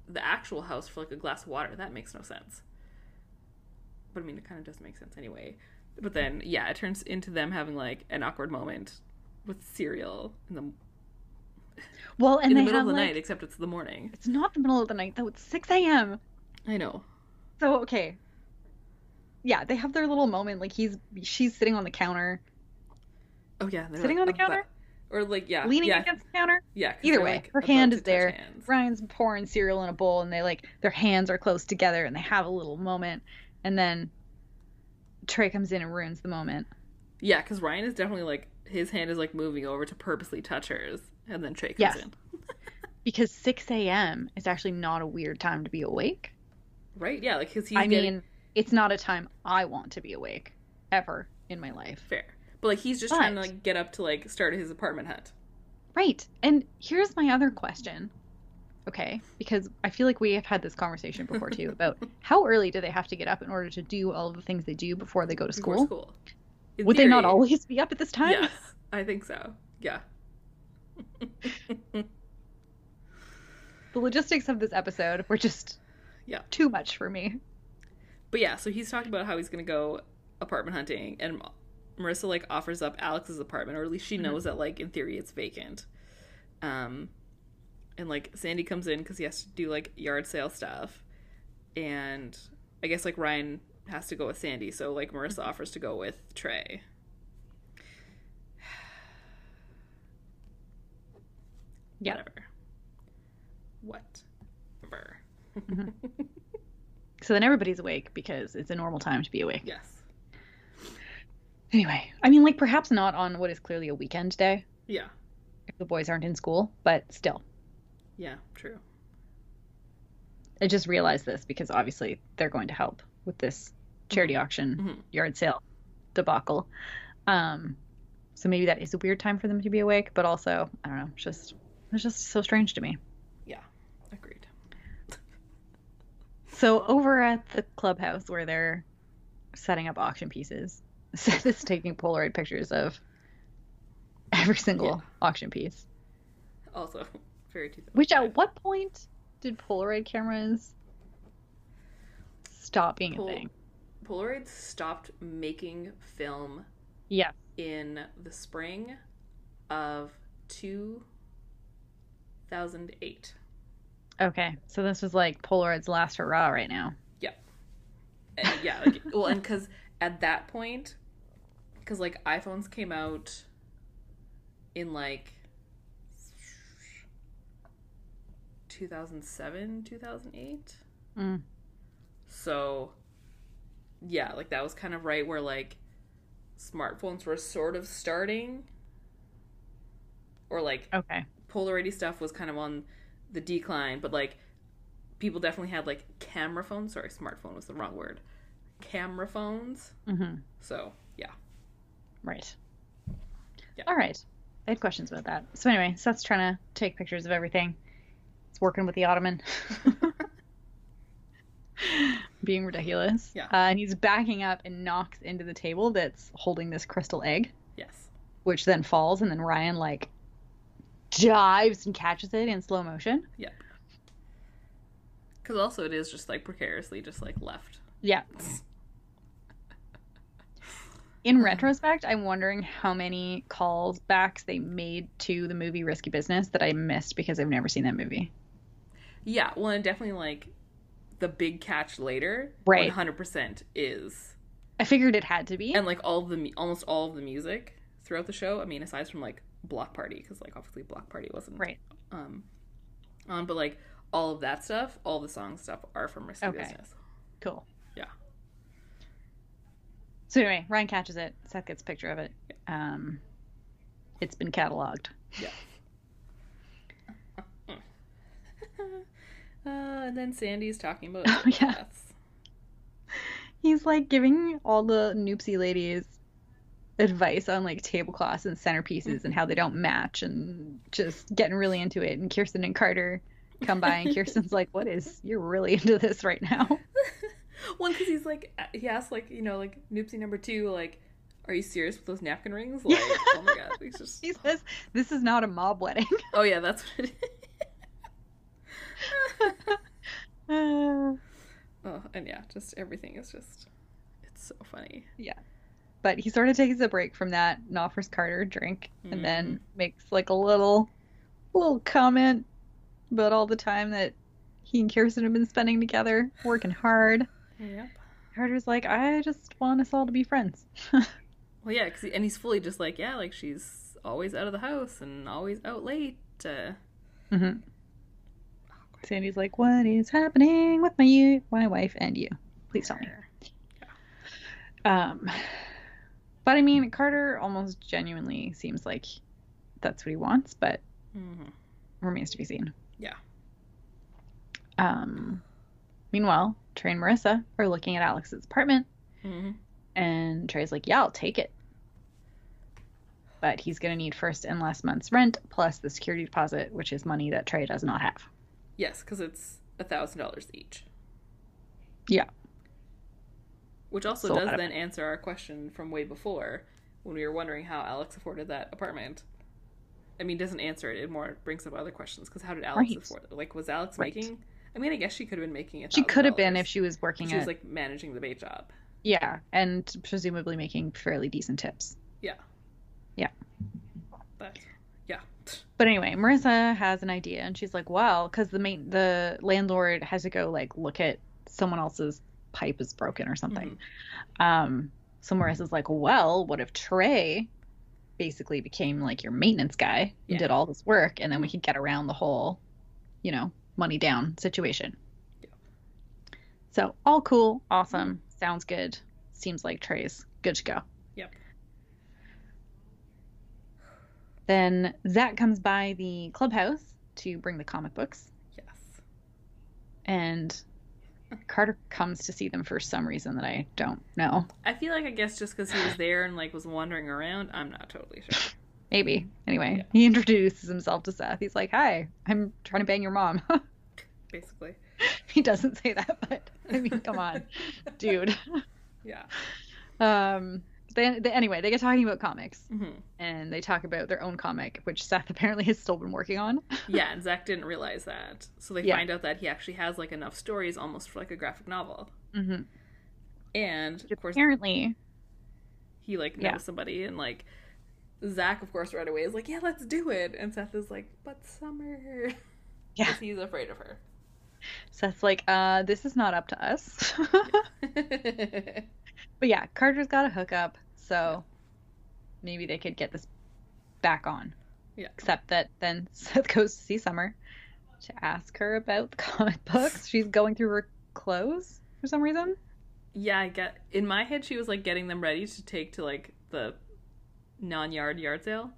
[SPEAKER 2] the actual house for like a glass of water? That makes no sense. But I mean, it kind of does make sense anyway. But then, yeah, it turns into them having like an awkward moment with cereal in the
[SPEAKER 1] well, and
[SPEAKER 2] in
[SPEAKER 1] they
[SPEAKER 2] the middle
[SPEAKER 1] have
[SPEAKER 2] of the
[SPEAKER 1] like
[SPEAKER 2] night, except it's the morning.
[SPEAKER 1] it's not the middle of the night though; it's six a.m.
[SPEAKER 2] I know.
[SPEAKER 1] So okay, yeah, they have their little moment. Like he's she's sitting on the counter,
[SPEAKER 2] Oh yeah, they're,
[SPEAKER 1] Sitting on the
[SPEAKER 2] about-
[SPEAKER 1] counter?
[SPEAKER 2] or like yeah,
[SPEAKER 1] leaning
[SPEAKER 2] yeah,
[SPEAKER 1] against the counter.
[SPEAKER 2] yeah. 'cause
[SPEAKER 1] either
[SPEAKER 2] they're,
[SPEAKER 1] way,
[SPEAKER 2] like,
[SPEAKER 1] her
[SPEAKER 2] about
[SPEAKER 1] hand
[SPEAKER 2] to
[SPEAKER 1] is
[SPEAKER 2] touch
[SPEAKER 1] there.
[SPEAKER 2] hands.
[SPEAKER 1] Ryan's pouring cereal in a bowl, and they like their hands are close together, and they have a little moment, and then Trey comes in and ruins the moment.
[SPEAKER 2] Yeah, because Ryan is definitely like his hand is like moving over to purposely touch hers, and then Trey comes
[SPEAKER 1] Yes.
[SPEAKER 2] in.
[SPEAKER 1] Because 6 a.m. is actually not a weird time to be awake.
[SPEAKER 2] Right? Yeah, like because he's
[SPEAKER 1] I
[SPEAKER 2] getting
[SPEAKER 1] mean, it's not a time I want to be awake ever in my life.
[SPEAKER 2] fair, but like he's just trying to
[SPEAKER 1] But-
[SPEAKER 2] like get up to like start his apartment hunt.
[SPEAKER 1] Right. And here's my other question. Okay, because I feel like we have had this conversation before
[SPEAKER 2] <laughs>
[SPEAKER 1] too about how early do they have to get up in order to do all of the things they do before they go to
[SPEAKER 2] before
[SPEAKER 1] school?
[SPEAKER 2] school. In
[SPEAKER 1] Would they not
[SPEAKER 2] theory,
[SPEAKER 1] always be up at this time?
[SPEAKER 2] Yes, I think so. Yeah.
[SPEAKER 1] The logistics of this episode were just
[SPEAKER 2] Yeah.
[SPEAKER 1] too much for me.
[SPEAKER 2] But yeah, so he's talking about how he's gonna go apartment hunting, and Marissa like offers up Alex's apartment, or at least she
[SPEAKER 1] Mhm.
[SPEAKER 2] knows that like in theory it's vacant. Um, and like Sandy comes in because he has to do like yard sale stuff, and I guess like Ryan has to go with Sandy, so like Marissa offers to go with Trey. <sighs>
[SPEAKER 1] Yeah.
[SPEAKER 2] Whatever. Whatever.
[SPEAKER 1] So then everybody's awake because it's a normal time to be awake.
[SPEAKER 2] Yes.
[SPEAKER 1] Anyway, I mean, like perhaps not on what is clearly a weekend day
[SPEAKER 2] Yeah.
[SPEAKER 1] if the boys aren't in school, but still,
[SPEAKER 2] Yeah. True.
[SPEAKER 1] I just realized this because obviously they're going to help with this charity auction
[SPEAKER 2] Mhm.
[SPEAKER 1] yard sale debacle. Um, so maybe that is a weird time for them to be awake, but also I don't know, it's just it's just so strange to me.
[SPEAKER 2] Yeah. Agreed.
[SPEAKER 1] So over at the clubhouse where they're setting up auction pieces, <laughs> Seth is taking Polaroid pictures of every single auction piece.
[SPEAKER 2] Also, <laughs> very too.
[SPEAKER 1] Which at what point did Polaroid cameras stop being
[SPEAKER 2] Pol-
[SPEAKER 1] a thing?
[SPEAKER 2] Polaroid stopped making film
[SPEAKER 1] Yes.
[SPEAKER 2] in the spring of two 2008.
[SPEAKER 1] Okay. So this was like Polaroid's last hurrah right now.
[SPEAKER 2] And, Eh, yeah. Like, <laughs> well, and because at that point, because like iPhones came out in like 2007, 2008.
[SPEAKER 1] Mm.
[SPEAKER 2] So, yeah, like that was kind of right where like smartphones were sort of starting, or like
[SPEAKER 1] Okay.
[SPEAKER 2] Polaroidy stuff was kind of on the decline, but like people definitely had like camera phones. Sorry, smartphone was the wrong word. Camera phones.
[SPEAKER 1] Mm-hmm.
[SPEAKER 2] So yeah,
[SPEAKER 1] Right.
[SPEAKER 2] Yeah.
[SPEAKER 1] All right. I had questions about that. So anyway, Seth's trying to take pictures of everything. It's working with the ottoman. <laughs> Being ridiculous.
[SPEAKER 2] Yeah.
[SPEAKER 1] Uh, and he's backing up and knocks into the table that's holding this crystal egg,
[SPEAKER 2] yes,
[SPEAKER 1] which then falls, and then Ryan like dives and catches it in slow motion.
[SPEAKER 2] yeah. Because also it is just like precariously just like left.
[SPEAKER 1] Yeah. In retrospect, I'm wondering how many calls backs they made to the movie Risky Business that I missed because I've never seen that movie.
[SPEAKER 2] Yeah, well, and definitely like the big catch later.
[SPEAKER 1] Right.
[SPEAKER 2] one hundred percent is
[SPEAKER 1] I figured it had to be.
[SPEAKER 2] and like all of the mu- almost all of the music throughout the show. I mean, aside from like Block Party, because like obviously Block Party wasn't
[SPEAKER 1] Right.
[SPEAKER 2] um on but like all of that stuff all the song stuff are from risky
[SPEAKER 1] Okay.
[SPEAKER 2] business
[SPEAKER 1] Cool.
[SPEAKER 2] Yeah.
[SPEAKER 1] So anyway, Ryan catches it. Seth gets a picture of it. Um, it's been cataloged.
[SPEAKER 2] yeah uh, and then sandy's talking about
[SPEAKER 1] <laughs> Oh, yeah.
[SPEAKER 2] deaths.
[SPEAKER 1] He's like giving all the noopsy ladies advice on like tablecloths and centerpieces and how they don't match and just getting really into it. And Kirsten and Carter come by and Kirsten's like, "What is? You're really into this right now." <laughs>
[SPEAKER 2] one because he's like uh, he asked like you know like noopsy number two like are you serious with those napkin rings like oh my god
[SPEAKER 1] <laughs>
[SPEAKER 2] he's just
[SPEAKER 1] She says, "This is not a mob wedding." <laughs>
[SPEAKER 2] oh yeah that's what it is <laughs>
[SPEAKER 1] Uh,
[SPEAKER 2] oh and yeah just everything is just it's so funny
[SPEAKER 1] but he sort of takes a break from that and offers Carter a drink
[SPEAKER 2] Mhm.
[SPEAKER 1] and then makes like a little little comment about all the time that he and Kirsten have been spending together, working hard.
[SPEAKER 2] yep
[SPEAKER 1] Carter's like, I just want us all to be friends.
[SPEAKER 2] Well, yeah, 'cause- and he's fully just like, yeah, like she's always out of the house and always out late. Uh,
[SPEAKER 1] hmm Sandy's like, What is happening with my my wife and you? Please tell me. Um, but I mean, Carter almost genuinely seems like that's what he wants, but
[SPEAKER 2] Mhm.
[SPEAKER 1] remains to be seen.
[SPEAKER 2] Yeah.
[SPEAKER 1] Um, meanwhile, Trey and Marissa are looking at Alex's apartment,
[SPEAKER 2] Mhm.
[SPEAKER 1] and Trey's like, "Yeah, I'll take it," but he's gonna need first and last month's rent plus the security deposit, which is money that Trey does not have.
[SPEAKER 2] Yes, because it's a thousand dollars each.
[SPEAKER 1] Yeah.
[SPEAKER 2] Which also
[SPEAKER 1] So a
[SPEAKER 2] does
[SPEAKER 1] lot of-
[SPEAKER 2] then answer our question from way before when we were wondering how Alex afforded that apartment. I mean, doesn't answer it. It more brings up other questions because how did Alex
[SPEAKER 1] Right.
[SPEAKER 2] afford it? Like, was Alex
[SPEAKER 1] Right.
[SPEAKER 2] making? I mean, I guess she could have been making it.
[SPEAKER 1] She could have been if she was working
[SPEAKER 2] Oh, she
[SPEAKER 1] at
[SPEAKER 2] was like managing the bait job.
[SPEAKER 1] yeah, and presumably making fairly decent tips.
[SPEAKER 2] Yeah.
[SPEAKER 1] Yeah.
[SPEAKER 2] But yeah. <laughs>
[SPEAKER 1] But anyway, Marissa has an idea, and she's like, "Well, because the main the landlord has to go like look at someone else's pipe is broken or something."
[SPEAKER 2] Mm-hmm.
[SPEAKER 1] Um, so Marissa's like, "Well, what if Trey basically became like your maintenance guy and
[SPEAKER 2] Yeah. Mm-hmm.
[SPEAKER 1] did all this work, and then we could get around the whole, you know, money down situation?"
[SPEAKER 2] Yeah.
[SPEAKER 1] So all cool, awesome, sounds good. Seems like Trey's good to go.
[SPEAKER 2] Yep.
[SPEAKER 1] Then Zach comes by the clubhouse to bring the comic books,
[SPEAKER 2] Yes.
[SPEAKER 1] and Carter comes to see them for some reason that I don't know.
[SPEAKER 2] I feel like I guess just because
[SPEAKER 1] <sighs>
[SPEAKER 2] he was there and like was wandering around, I'm not totally sure.
[SPEAKER 1] Maybe. Anyway, he introduces himself to Seth. He's like, Hi, I'm trying to bang your mom. <laughs>
[SPEAKER 2] Basically,
[SPEAKER 1] he doesn't say that, but I mean, come
[SPEAKER 2] <laughs>
[SPEAKER 1] on, dude.
[SPEAKER 2] yeah.
[SPEAKER 1] Um, then, they, anyway, they get talking about comics
[SPEAKER 2] hmm
[SPEAKER 1] and they talk about their own comic, which Seth apparently has still been working on.
[SPEAKER 2] Yeah, and Zach didn't realize that, so they
[SPEAKER 1] Yeah.
[SPEAKER 2] find out that he actually has like enough stories, almost for like a graphic novel.
[SPEAKER 1] Mm-hmm.
[SPEAKER 2] And of course,
[SPEAKER 1] Apparently,
[SPEAKER 2] he like knows
[SPEAKER 1] Yeah.
[SPEAKER 2] somebody and like Zach, of course, right away is like, yeah, let's do it. And Seth is like, but <laughs> Summer.
[SPEAKER 1] Yeah.
[SPEAKER 2] 'Cause He's afraid of her.
[SPEAKER 1] Seth's like, uh, this is not up to us. <laughs> but yeah, Carter's got a hookup, so maybe they could get this back on.
[SPEAKER 2] Yeah.
[SPEAKER 1] Except that then <laughs> Seth goes to see Summer to ask her about the comic
[SPEAKER 2] <laughs>
[SPEAKER 1] books. She's going through her clothes for some reason.
[SPEAKER 2] <laughs> yeah, I get. In my head, she was like getting them ready to take to like the non-yard yard sale.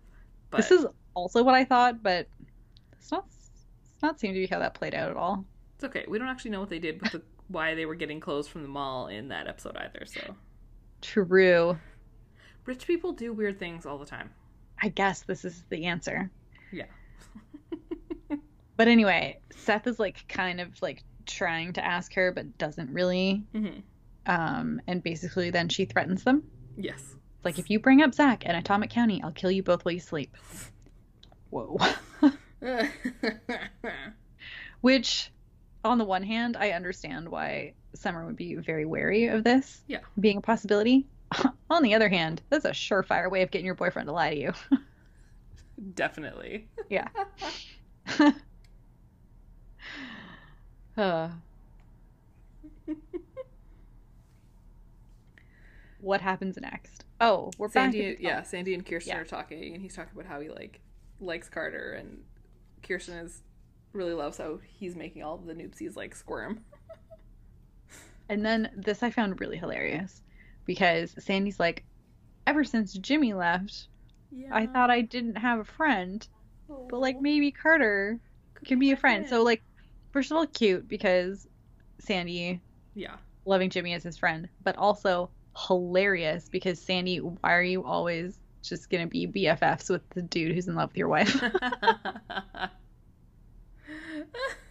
[SPEAKER 2] But
[SPEAKER 1] This is also what I thought, but it's not it's not seem to be how that played out at all.
[SPEAKER 2] it's okay. We don't actually know what they did with the <laughs> why they were getting clothes from the mall in that episode either. So
[SPEAKER 1] True.
[SPEAKER 2] rich people do weird things all the time.
[SPEAKER 1] I guess this is the answer.
[SPEAKER 2] Yeah. <laughs>
[SPEAKER 1] But anyway, Seth is like kind of like trying to ask her but doesn't really.
[SPEAKER 2] Mm-hmm.
[SPEAKER 1] Um and basically then she threatens them.
[SPEAKER 2] <laughs> Yes.
[SPEAKER 1] It's like if you bring up Zach and Atomic County, I'll kill you both while you sleep. Whoa. <laughs> Which on the one hand, I understand why Summer would be very wary of this
[SPEAKER 2] Yeah.
[SPEAKER 1] being a possibility. <laughs> on the other hand, that's a surefire way of getting your boyfriend to lie to
[SPEAKER 2] <sighs>
[SPEAKER 1] you.
[SPEAKER 2] Definitely.
[SPEAKER 1] Yeah. uh. what happens next? Oh, we're back.
[SPEAKER 2] Sandy,
[SPEAKER 1] at the top.
[SPEAKER 2] yeah, Sandy and Kirsten
[SPEAKER 1] Yeah.
[SPEAKER 2] are talking, and he's talking about how he like likes Carter, and Kirsten is really loves how he's making all of the noobsies like squirm.
[SPEAKER 1] And then this I found really hilarious because Sandy's like, ever since Jimmy left,
[SPEAKER 2] Yeah, Oh,
[SPEAKER 1] I thought I didn't have a friend, but like maybe Carter can be a friend. So like, first of all, cute because Sandy
[SPEAKER 2] <laughs> yeah,
[SPEAKER 1] loving Jimmy as his friend, but also hilarious because Sandy, why are you always just gonna be BFFs with the dude who's in love with your
[SPEAKER 2] <laughs>
[SPEAKER 1] wife? <laughs>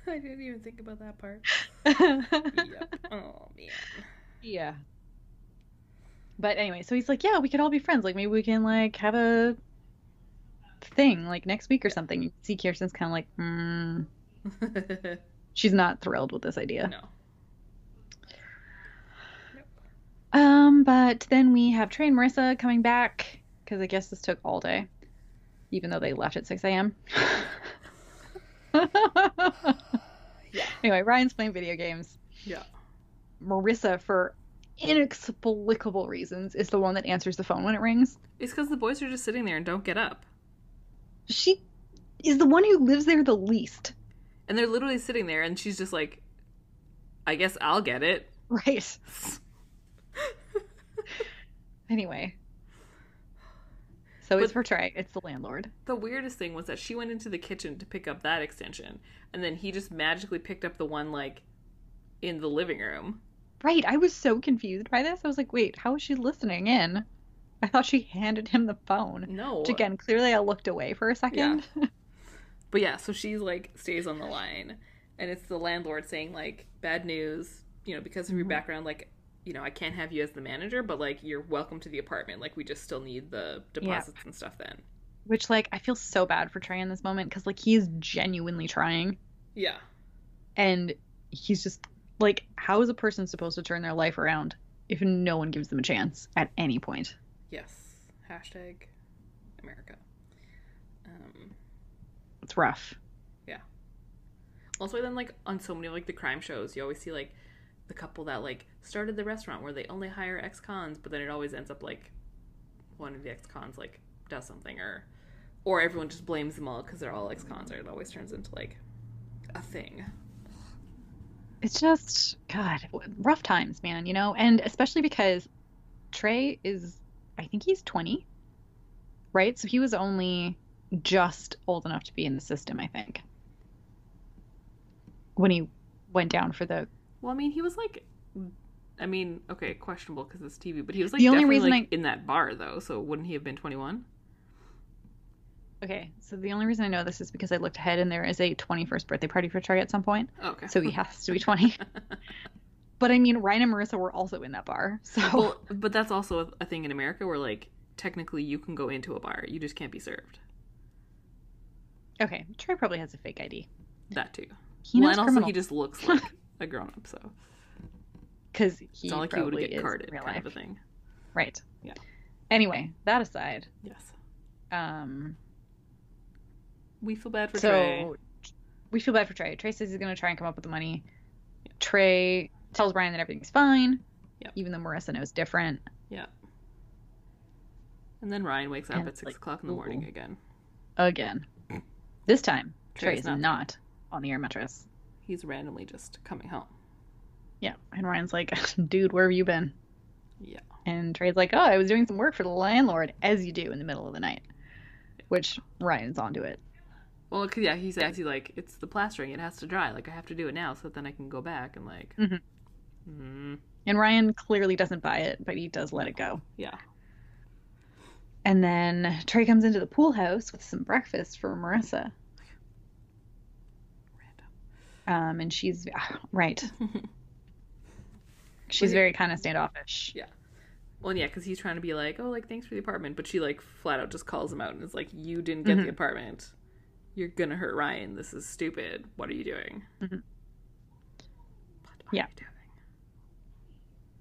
[SPEAKER 2] I didn't even think about
[SPEAKER 1] <laughs>
[SPEAKER 2] that part. yep. Oh man.
[SPEAKER 1] yeah. But anyway, so he's like, yeah, we could all be friends. Like maybe we can like have a thing like next week or something. You see, Kirsten's kind of like, mm, she's not thrilled with this idea.
[SPEAKER 2] no.
[SPEAKER 1] Um, but then we have Trey and Marissa coming back because I guess this took all day, even though they left at 6
[SPEAKER 2] <laughs>
[SPEAKER 1] a.m.
[SPEAKER 2] Yeah.
[SPEAKER 1] anyway, Ryan's playing video games.
[SPEAKER 2] Yeah.
[SPEAKER 1] Marissa, for inexplicable reasons, is the one that answers the phone when it rings.
[SPEAKER 2] It's because the boys are just sitting there and don't get up,
[SPEAKER 1] She is the one who lives there the least. <laughs>
[SPEAKER 2] and they're literally sitting there, and she's just like, "I guess I'll get it."
[SPEAKER 1] Right. Anyway. So it's
[SPEAKER 2] But-
[SPEAKER 1] for Trey. It's the landlord.
[SPEAKER 2] The weirdest thing was that she went into the kitchen to pick up that extension, and then he just magically picked up the one like in the living room.
[SPEAKER 1] Right. I was so confused by this. I was like, wait, how is she listening in? I thought she handed him the phone.
[SPEAKER 2] No,
[SPEAKER 1] Which again, clearly I looked away for a second.
[SPEAKER 2] But yeah, so she's like stays on the line, and it's the landlord saying like bad news, you know, because of your
[SPEAKER 1] Mhm.
[SPEAKER 2] background, like you know, I can't have you as the manager, but like you're welcome to the apartment. Like we just still need the deposits and stuff. Then
[SPEAKER 1] <laughs> Which like I feel so bad for Trey in this moment because like he is genuinely trying.
[SPEAKER 2] yeah,
[SPEAKER 1] and he's just like how is a person supposed to turn their life around if no one gives them a chance at any point
[SPEAKER 2] yes, hashtag America. Um,
[SPEAKER 1] it's rough
[SPEAKER 2] Also, then like on so many like the crime shows, you always see like the couple that like started the restaurant where they only hire ex-cons, but then it always ends up like one of the ex-cons like does something or or everyone just blames them all because they're all ex-cons, or it always turns into like a thing.
[SPEAKER 1] it's just god rough times man you know and especially because trey is i think he's 20 right so he was only just old enough to be in the system i think when he went down for the
[SPEAKER 2] Well, I mean, he was like, I mean, okay, questionable because it's TV, but he was like
[SPEAKER 1] The only
[SPEAKER 2] definitely
[SPEAKER 1] reason
[SPEAKER 2] like, in that bar though, so wouldn't he have been twenty one?
[SPEAKER 1] okay so the only reason i know this is because i looked ahead and there is a 21st birthday party for trey at some point
[SPEAKER 2] Oh, Okay,
[SPEAKER 1] so he has to be
[SPEAKER 2] <laughs>
[SPEAKER 1] 20. but I mean, Ryan and Marissa were also in that bar, so
[SPEAKER 2] well, but that's also a- a thing in America where like technically you can go into a bar, you just can't be served.
[SPEAKER 1] okay. Trey probably has a fake ID.
[SPEAKER 2] That too.
[SPEAKER 1] He
[SPEAKER 2] well,
[SPEAKER 1] knows
[SPEAKER 2] and also he
[SPEAKER 1] criminal
[SPEAKER 2] just looks like a grown up, so
[SPEAKER 1] because he,
[SPEAKER 2] it's not like he would
[SPEAKER 1] probably
[SPEAKER 2] get
[SPEAKER 1] is
[SPEAKER 2] carded,
[SPEAKER 1] in real
[SPEAKER 2] kind
[SPEAKER 1] life,
[SPEAKER 2] of a thing.
[SPEAKER 1] right?
[SPEAKER 2] Yeah.
[SPEAKER 1] Anyway, that aside,
[SPEAKER 2] Yes.
[SPEAKER 1] Um,
[SPEAKER 2] We feel bad for
[SPEAKER 1] so
[SPEAKER 2] Trey.
[SPEAKER 1] we feel bad for Trey. Trey says he's going to try and come up with the money. Trey tells Brian that everything's fine,
[SPEAKER 2] Yep.
[SPEAKER 1] even though Marissa knows different.
[SPEAKER 2] Yeah. And then Ryan wakes up
[SPEAKER 1] And
[SPEAKER 2] at
[SPEAKER 1] it's
[SPEAKER 2] six
[SPEAKER 1] like,
[SPEAKER 2] o'clock in the morning
[SPEAKER 1] ooh.
[SPEAKER 2] again.
[SPEAKER 1] Again, this time Trey,
[SPEAKER 2] Trey's
[SPEAKER 1] is
[SPEAKER 2] not
[SPEAKER 1] not,
[SPEAKER 2] there.
[SPEAKER 1] on the air mattress.
[SPEAKER 2] He's randomly just coming home.
[SPEAKER 1] Yeah, and Ryan's like, <laughs> "Dude, where have you been?"
[SPEAKER 2] Yeah.
[SPEAKER 1] And Trey's like, "Oh, I was doing some work for the landlord, as you do in the middle of the night," which Ryan's onto it.
[SPEAKER 2] Well, 'cause, yeah, he says he's like, it's the plastering. It has to dry. Like I have to do it now so that then I can go back and like.
[SPEAKER 1] Mhm.
[SPEAKER 2] Mm,
[SPEAKER 1] And Ryan clearly doesn't buy it, but he does let it go.
[SPEAKER 2] yeah.
[SPEAKER 1] And then Trey comes into the pool house with some breakfast for Marissa. Um, and she's ah, right.
[SPEAKER 2] Random.
[SPEAKER 1] She's
[SPEAKER 2] Was it-
[SPEAKER 1] very kind of standoffish.
[SPEAKER 2] Well, yeah, because he's trying to be like, oh, like thanks for the apartment, but she like flat out just calls him out and is like, you didn't get
[SPEAKER 1] Mhm.
[SPEAKER 2] the apartment. You're gonna hurt Ryan. This is stupid. What are you doing?
[SPEAKER 1] Mhm.
[SPEAKER 2] What are
[SPEAKER 1] Yeah.
[SPEAKER 2] you doing?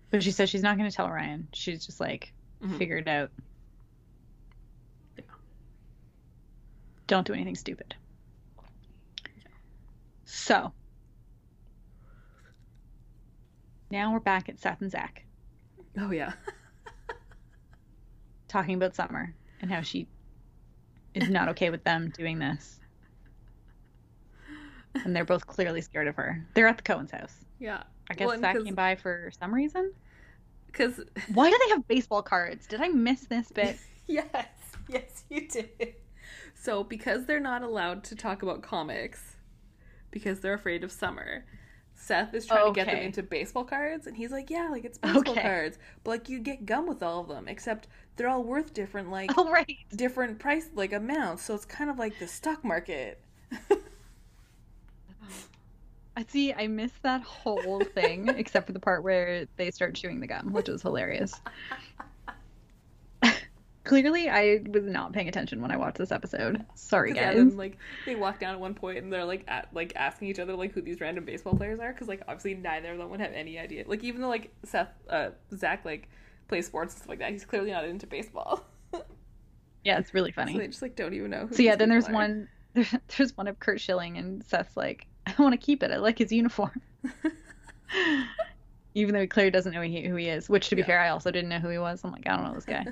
[SPEAKER 1] But she says she's not going to tell Ryan. She's just like,
[SPEAKER 2] Mhm.
[SPEAKER 1] figure it out.
[SPEAKER 2] Yeah.
[SPEAKER 1] Don't do anything stupid. So now we're back at Seth and Zach
[SPEAKER 2] Oh yeah. <laughs>
[SPEAKER 1] talking about Summer and how she is not okay with them doing this. And they're both clearly scared of her. They're at the Cohen's house.
[SPEAKER 2] Yeah.
[SPEAKER 1] I guess
[SPEAKER 2] Well, and
[SPEAKER 1] Zach
[SPEAKER 2] 'cause-
[SPEAKER 1] came by for some reason.
[SPEAKER 2] Because
[SPEAKER 1] Why do they have baseball cards? Did I miss this bit?
[SPEAKER 2] <laughs> yes, yes, you did. So because they're not allowed to talk about comics, because they're afraid of summer. Seth is trying to get them
[SPEAKER 1] Okay.
[SPEAKER 2] into baseball cards, and he's like, "Yeah, like it's baseball
[SPEAKER 1] Okay.
[SPEAKER 2] cards, but like you get gum with all of them, except they're all worth different like
[SPEAKER 1] Oh, right.
[SPEAKER 2] different price like amounts. So it's kind of like the stock market."
[SPEAKER 1] I see. I missed that whole
[SPEAKER 2] <laughs>
[SPEAKER 1] thing except for the part where they start chewing the gum, which was hilarious. <laughs> Clearly, I was not paying attention when I watched this episode. Sorry,
[SPEAKER 2] 'Cause, yeah,
[SPEAKER 1] guys.
[SPEAKER 2] then, like they walk down at one point and they're like at, like asking each other like who these random baseball players are because like obviously neither of them would have any idea. Like even though like Seth uh Zach like plays sports and stuff like that, he's clearly not into baseball. <laughs>
[SPEAKER 1] yeah, it's really funny.
[SPEAKER 2] so they just like don't even <laughs> know. Who
[SPEAKER 1] So yeah,
[SPEAKER 2] these
[SPEAKER 1] then there's
[SPEAKER 2] people are.
[SPEAKER 1] one <laughs> there- there's one of Kurt Schilling and Seth's like, I want to keep it. I like his uniform. Even though he clearly doesn't know he- who he is, which to be
[SPEAKER 2] Yeah.
[SPEAKER 1] fair, I also didn't know who he was. I'm like, I don't know this guy.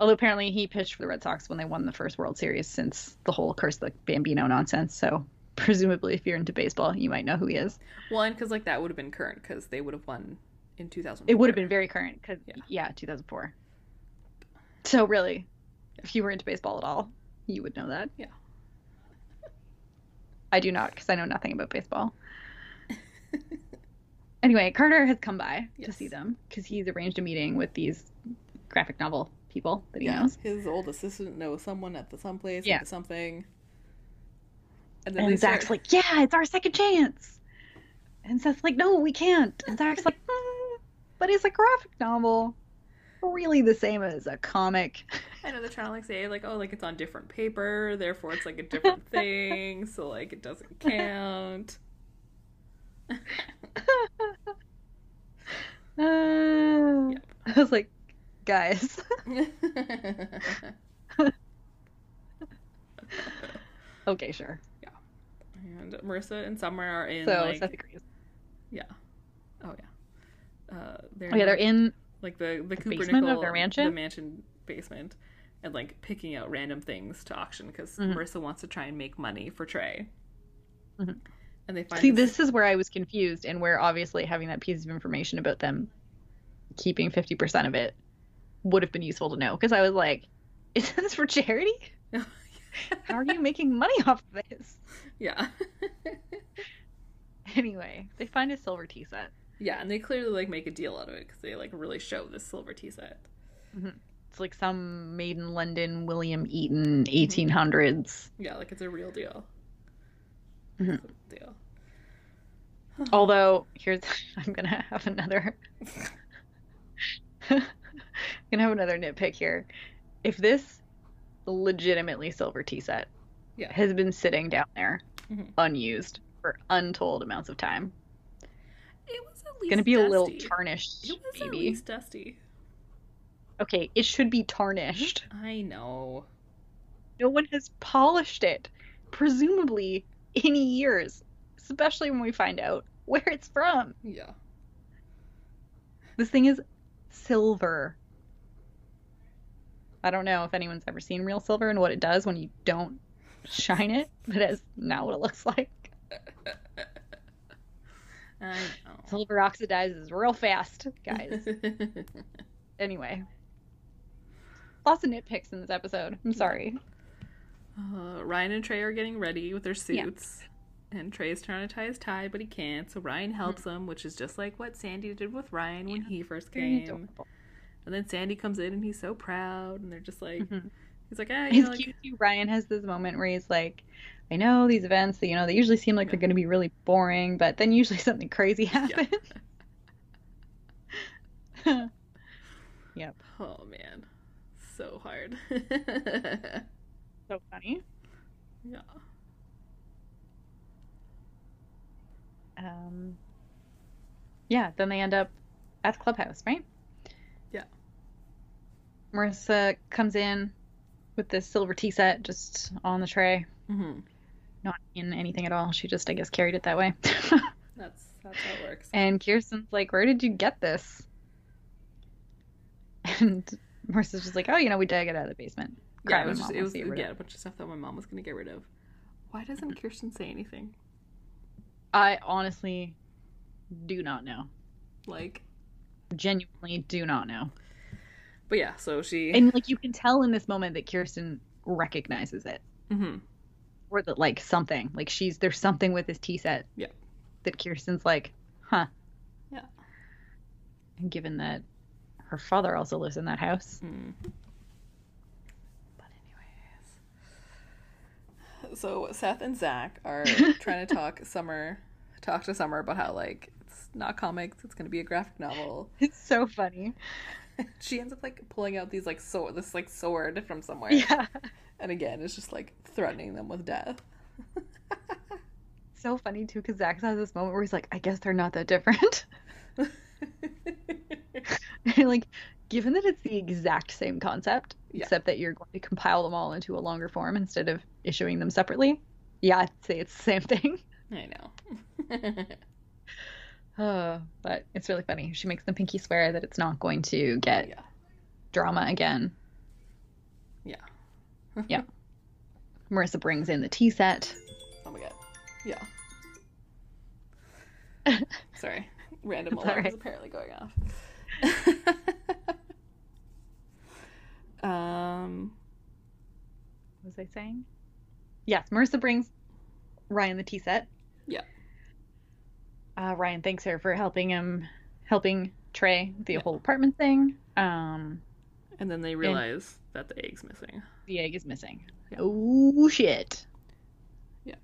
[SPEAKER 1] Although apparently he pitched for the Red Sox when they won the first World Series since the whole curse the Bambino nonsense. So presumably, if you're into baseball, you might know who he is.
[SPEAKER 2] one because like that would have been current because they would have won in 2000.
[SPEAKER 1] It would have been very current because
[SPEAKER 2] Yeah.
[SPEAKER 1] yeah. 2004. So really, if you were into baseball at all, you would know that.
[SPEAKER 2] Yeah.
[SPEAKER 1] I do not because I know nothing about
[SPEAKER 2] <laughs>
[SPEAKER 1] baseball. anyway, Carter has come by to
[SPEAKER 2] Yes.
[SPEAKER 1] see them because he's arranged a meeting with these graphic novel people that he
[SPEAKER 2] Yeah,
[SPEAKER 1] knows.
[SPEAKER 2] his old assistant knows someone at the someplace.
[SPEAKER 1] Yeah.
[SPEAKER 2] Yeah, something. And
[SPEAKER 1] And Zach's like, yeah, it's our second chance. And Seth's like, no, we can't. And Zach's like, "Mm, but it's a graphic novel. Really the same as a comic.
[SPEAKER 2] I know they're trying to like say like oh like it's on different paper, therefore it's like
[SPEAKER 1] <laughs>
[SPEAKER 2] a different thing, so like it doesn't count.
[SPEAKER 1] Uh,
[SPEAKER 2] Yep.
[SPEAKER 1] <laughs> I was like, guys. <laughs>
[SPEAKER 2] and
[SPEAKER 1] okay, sure.
[SPEAKER 2] Marissa and Summer are in
[SPEAKER 1] so
[SPEAKER 2] like
[SPEAKER 1] Seth agrees.
[SPEAKER 2] yeah, oh yeah, uh, they're
[SPEAKER 1] Oh, yeah, they're
[SPEAKER 2] like,
[SPEAKER 1] in.
[SPEAKER 2] like the the Cooper
[SPEAKER 1] basement of
[SPEAKER 2] Nickel,
[SPEAKER 1] their mansion?
[SPEAKER 2] the mansion basement, and like picking out random things to auction because
[SPEAKER 1] Mhm.
[SPEAKER 2] Marissa wants to try and make money for Trey.
[SPEAKER 1] Mhm.
[SPEAKER 2] And they find
[SPEAKER 1] See, this is where I was confused, and where obviously having that piece of information about them keeping 50% of it would have been useful to know. Because I was like, <laughs> is this for charity? How are <laughs> you making money off of this?
[SPEAKER 2] <laughs>
[SPEAKER 1] <laughs>
[SPEAKER 2] yeah. <laughs>
[SPEAKER 1] Anyway, they find a silver tea set.
[SPEAKER 2] Yeah, and they clearly like make a deal out of it because they like really show this silver tea set.
[SPEAKER 1] It's like some made in London, William Eaton, 1800s.
[SPEAKER 2] Yeah, like it's a real deal.
[SPEAKER 1] Mhm.
[SPEAKER 2] It's a deal.
[SPEAKER 1] Although, here's <laughs> I'm gonna have another. <laughs> I'm gonna have another nitpick here. If this legitimately silver tea set
[SPEAKER 2] Yeah.
[SPEAKER 1] has been sitting down there
[SPEAKER 2] Mhm.
[SPEAKER 1] unused for untold amounts of time,
[SPEAKER 2] It was at
[SPEAKER 1] it's
[SPEAKER 2] least
[SPEAKER 1] gonna be
[SPEAKER 2] dusty.
[SPEAKER 1] a little tarnished,
[SPEAKER 2] It was at
[SPEAKER 1] maybe.
[SPEAKER 2] least dusty.
[SPEAKER 1] Okay, it should be tarnished.
[SPEAKER 2] I know.
[SPEAKER 1] No one has polished it, presumably in years, especially when we find out where it's from.
[SPEAKER 2] Yeah.
[SPEAKER 1] This thing is silver. I don't know if anyone's ever seen real silver and what it does when you don't shine it, but that's not what it looks <laughs> like.
[SPEAKER 2] I know.
[SPEAKER 1] Silver oxidizes real fast,
[SPEAKER 2] <laughs>
[SPEAKER 1] guys. anyway. Lots of nitpicks in this episode. I'm sorry.
[SPEAKER 2] Uh, Ryan and Trey are getting ready with their suits. And Trey's trying to tie his tie, but he can't. So Ryan helps
[SPEAKER 1] Mm-hmm.
[SPEAKER 2] him, which is just like what Sandy did with Ryan when he first
[SPEAKER 1] Very
[SPEAKER 2] came.
[SPEAKER 1] adorable.
[SPEAKER 2] And then Sandy comes in and he's so proud. And they're just like,
[SPEAKER 1] Mhm.
[SPEAKER 2] he's like, ah, you
[SPEAKER 1] It's
[SPEAKER 2] know, like,
[SPEAKER 1] cute too. Ryan has this moment where he's like, I know these events, you know, they usually seem like they're going to be really boring, but then usually <laughs> something crazy happens. yep.
[SPEAKER 2] oh man, so hard. <laughs>
[SPEAKER 1] So funny.
[SPEAKER 2] yeah.
[SPEAKER 1] Um, yeah, then they end up at the clubhouse, right?
[SPEAKER 2] Yeah.
[SPEAKER 1] Marissa comes in with this silver tea set just on the tray,
[SPEAKER 2] hmm
[SPEAKER 1] not in anything at all. She just, I guess, carried it that
[SPEAKER 2] <laughs>
[SPEAKER 1] way.
[SPEAKER 2] That's, that's how it works.
[SPEAKER 1] and Kirsten's like, Where did you get this? And Marissa's just like, Oh, you know, we dug it out of the basement.
[SPEAKER 2] yeah,
[SPEAKER 1] Cry
[SPEAKER 2] it was,
[SPEAKER 1] when
[SPEAKER 2] just,
[SPEAKER 1] mom
[SPEAKER 2] it
[SPEAKER 1] wants
[SPEAKER 2] was
[SPEAKER 1] to get rid of
[SPEAKER 2] yeah, a bunch of stuff that my mom was going to get rid of. Why doesn't <laughs> Kirsten say anything?
[SPEAKER 1] I honestly do not know.
[SPEAKER 2] Like,
[SPEAKER 1] Genuinely do not know.
[SPEAKER 2] but yeah, so she.
[SPEAKER 1] And like you can tell in this moment that Kirsten recognizes it.
[SPEAKER 2] Mhm.
[SPEAKER 1] or that like something like she's there's something with this tea set
[SPEAKER 2] Yeah.
[SPEAKER 1] that kirsten's like huh
[SPEAKER 2] Yeah.
[SPEAKER 1] and given that her father also lives in that house
[SPEAKER 2] Mm. But anyways, so Seth and Zach <laughs> are trying to talk Summer, talk to Summer about how like it's not comics, it's gonna be a graphic novel.
[SPEAKER 1] <laughs> it's so funny
[SPEAKER 2] she ends up like pulling out these like so this like sword from somewhere,
[SPEAKER 1] yeah
[SPEAKER 2] and again it's just like threatening them with death. <laughs>
[SPEAKER 1] so funny too because zach has this moment where he's like i guess they're not that different <laughs> and like given that it's the exact same concept
[SPEAKER 2] Yeah.
[SPEAKER 1] except that you're going to compile them all into a longer form instead of issuing them separately yeah i'd say it's the same thing
[SPEAKER 2] I know.
[SPEAKER 1] uh, but it's really funny she makes them pinky swear that it's not going to get
[SPEAKER 2] yeah,
[SPEAKER 1] drama again.
[SPEAKER 2] yeah.
[SPEAKER 1] <laughs> Marissa brings in the tea set.
[SPEAKER 2] Oh my god. Yeah. <laughs> Sorry. <laughs> Random
[SPEAKER 1] It's
[SPEAKER 2] alarms
[SPEAKER 1] alright.
[SPEAKER 2] apparently going <laughs> off. um
[SPEAKER 1] What was I saying? Yes, Marissa brings Ryan the tea set.
[SPEAKER 2] Yeah.
[SPEAKER 1] Uh, Ryan thanks her for helping him, helping Trey with the whole apartment thing. Um,
[SPEAKER 2] and then they realize that the egg's missing.
[SPEAKER 1] the egg is missing.
[SPEAKER 2] Yeah.
[SPEAKER 1] Oh shit.
[SPEAKER 2] Yeah.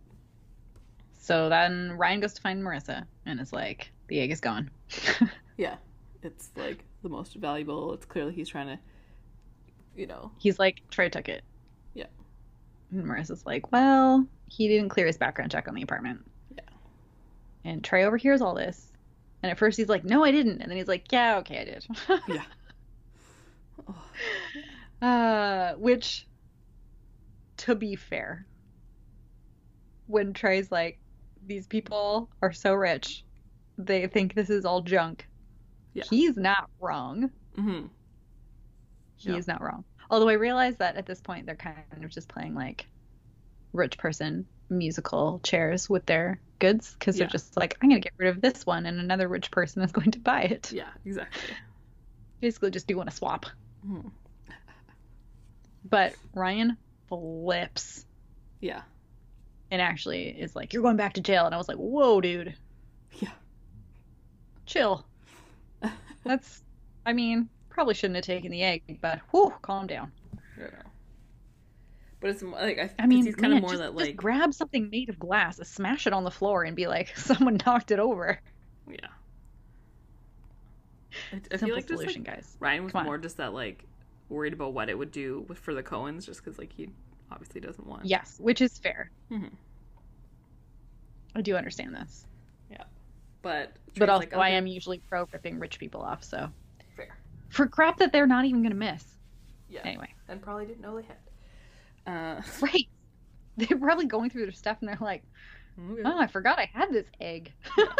[SPEAKER 1] So then Ryan goes to find Marissa and is like, "The egg is gone." <laughs>
[SPEAKER 2] Yeah. It's like the most valuable. It's clearly he's trying to you <sighs> know.
[SPEAKER 1] He's like, "Trey took it."
[SPEAKER 2] Yeah.
[SPEAKER 1] And Marissa's like, well, he didn't clear his background check on the apartment.
[SPEAKER 2] Yeah.
[SPEAKER 1] And Trey overhears all this. And at first he's like, no, I didn't. And then he's like, yeah, okay, I did. <laughs>
[SPEAKER 2] Yeah. Oh,
[SPEAKER 1] uh, which, to be fair, when Trey's like, these people are so rich, they think this is all junk.
[SPEAKER 2] Yeah.
[SPEAKER 1] He's not wrong.
[SPEAKER 2] hmm
[SPEAKER 1] He
[SPEAKER 2] Yeah.
[SPEAKER 1] is not wrong. Although I realize that at this point they're kind of just playing like rich person musical chairs with their goods because
[SPEAKER 2] Yeah.
[SPEAKER 1] they're just like, I'm going to get rid of this one and another rich person is <laughs> going to buy it.
[SPEAKER 2] Yeah, exactly.
[SPEAKER 1] Basically, just do want to swap.
[SPEAKER 2] Mhm.
[SPEAKER 1] But Ryan flips
[SPEAKER 2] Yeah.
[SPEAKER 1] and actually is like, You're going back to jail. And I was like, Whoa, dude,
[SPEAKER 2] Yeah.
[SPEAKER 1] chill. That's, I mean, probably shouldn't have taken the egg, but whew, calm down.
[SPEAKER 2] I don't know. But it's more- like I,
[SPEAKER 1] I mean,
[SPEAKER 2] he's kind
[SPEAKER 1] man,
[SPEAKER 2] of more
[SPEAKER 1] just,
[SPEAKER 2] that
[SPEAKER 1] just
[SPEAKER 2] like
[SPEAKER 1] grab something made of glass, smash it on the floor, and be like, <laughs> someone knocked it over.
[SPEAKER 2] Yeah. I, I feel
[SPEAKER 1] Simple
[SPEAKER 2] like just
[SPEAKER 1] solution,
[SPEAKER 2] like
[SPEAKER 1] guys.
[SPEAKER 2] Ryan was
[SPEAKER 1] Come on.
[SPEAKER 2] more just that like worried about what it would do with, for the Cohens, just because like he obviously doesn't want.
[SPEAKER 1] Yes, which is fair.
[SPEAKER 2] Mhm.
[SPEAKER 1] I do understand this,
[SPEAKER 2] But
[SPEAKER 1] but
[SPEAKER 2] Trey's
[SPEAKER 1] also
[SPEAKER 2] like,
[SPEAKER 1] I
[SPEAKER 2] okay,
[SPEAKER 1] am usually pro ripping rich people off. So
[SPEAKER 2] fair.
[SPEAKER 1] for crap that they're not even going to miss.
[SPEAKER 2] Yeah.
[SPEAKER 1] Anyway, <laughs>
[SPEAKER 2] And probably didn't know they had. Uh, <laughs>
[SPEAKER 1] right. They're probably going through their stuff and they're like,
[SPEAKER 2] okay.
[SPEAKER 1] oh, I forgot I had this egg.
[SPEAKER 2] <laughs>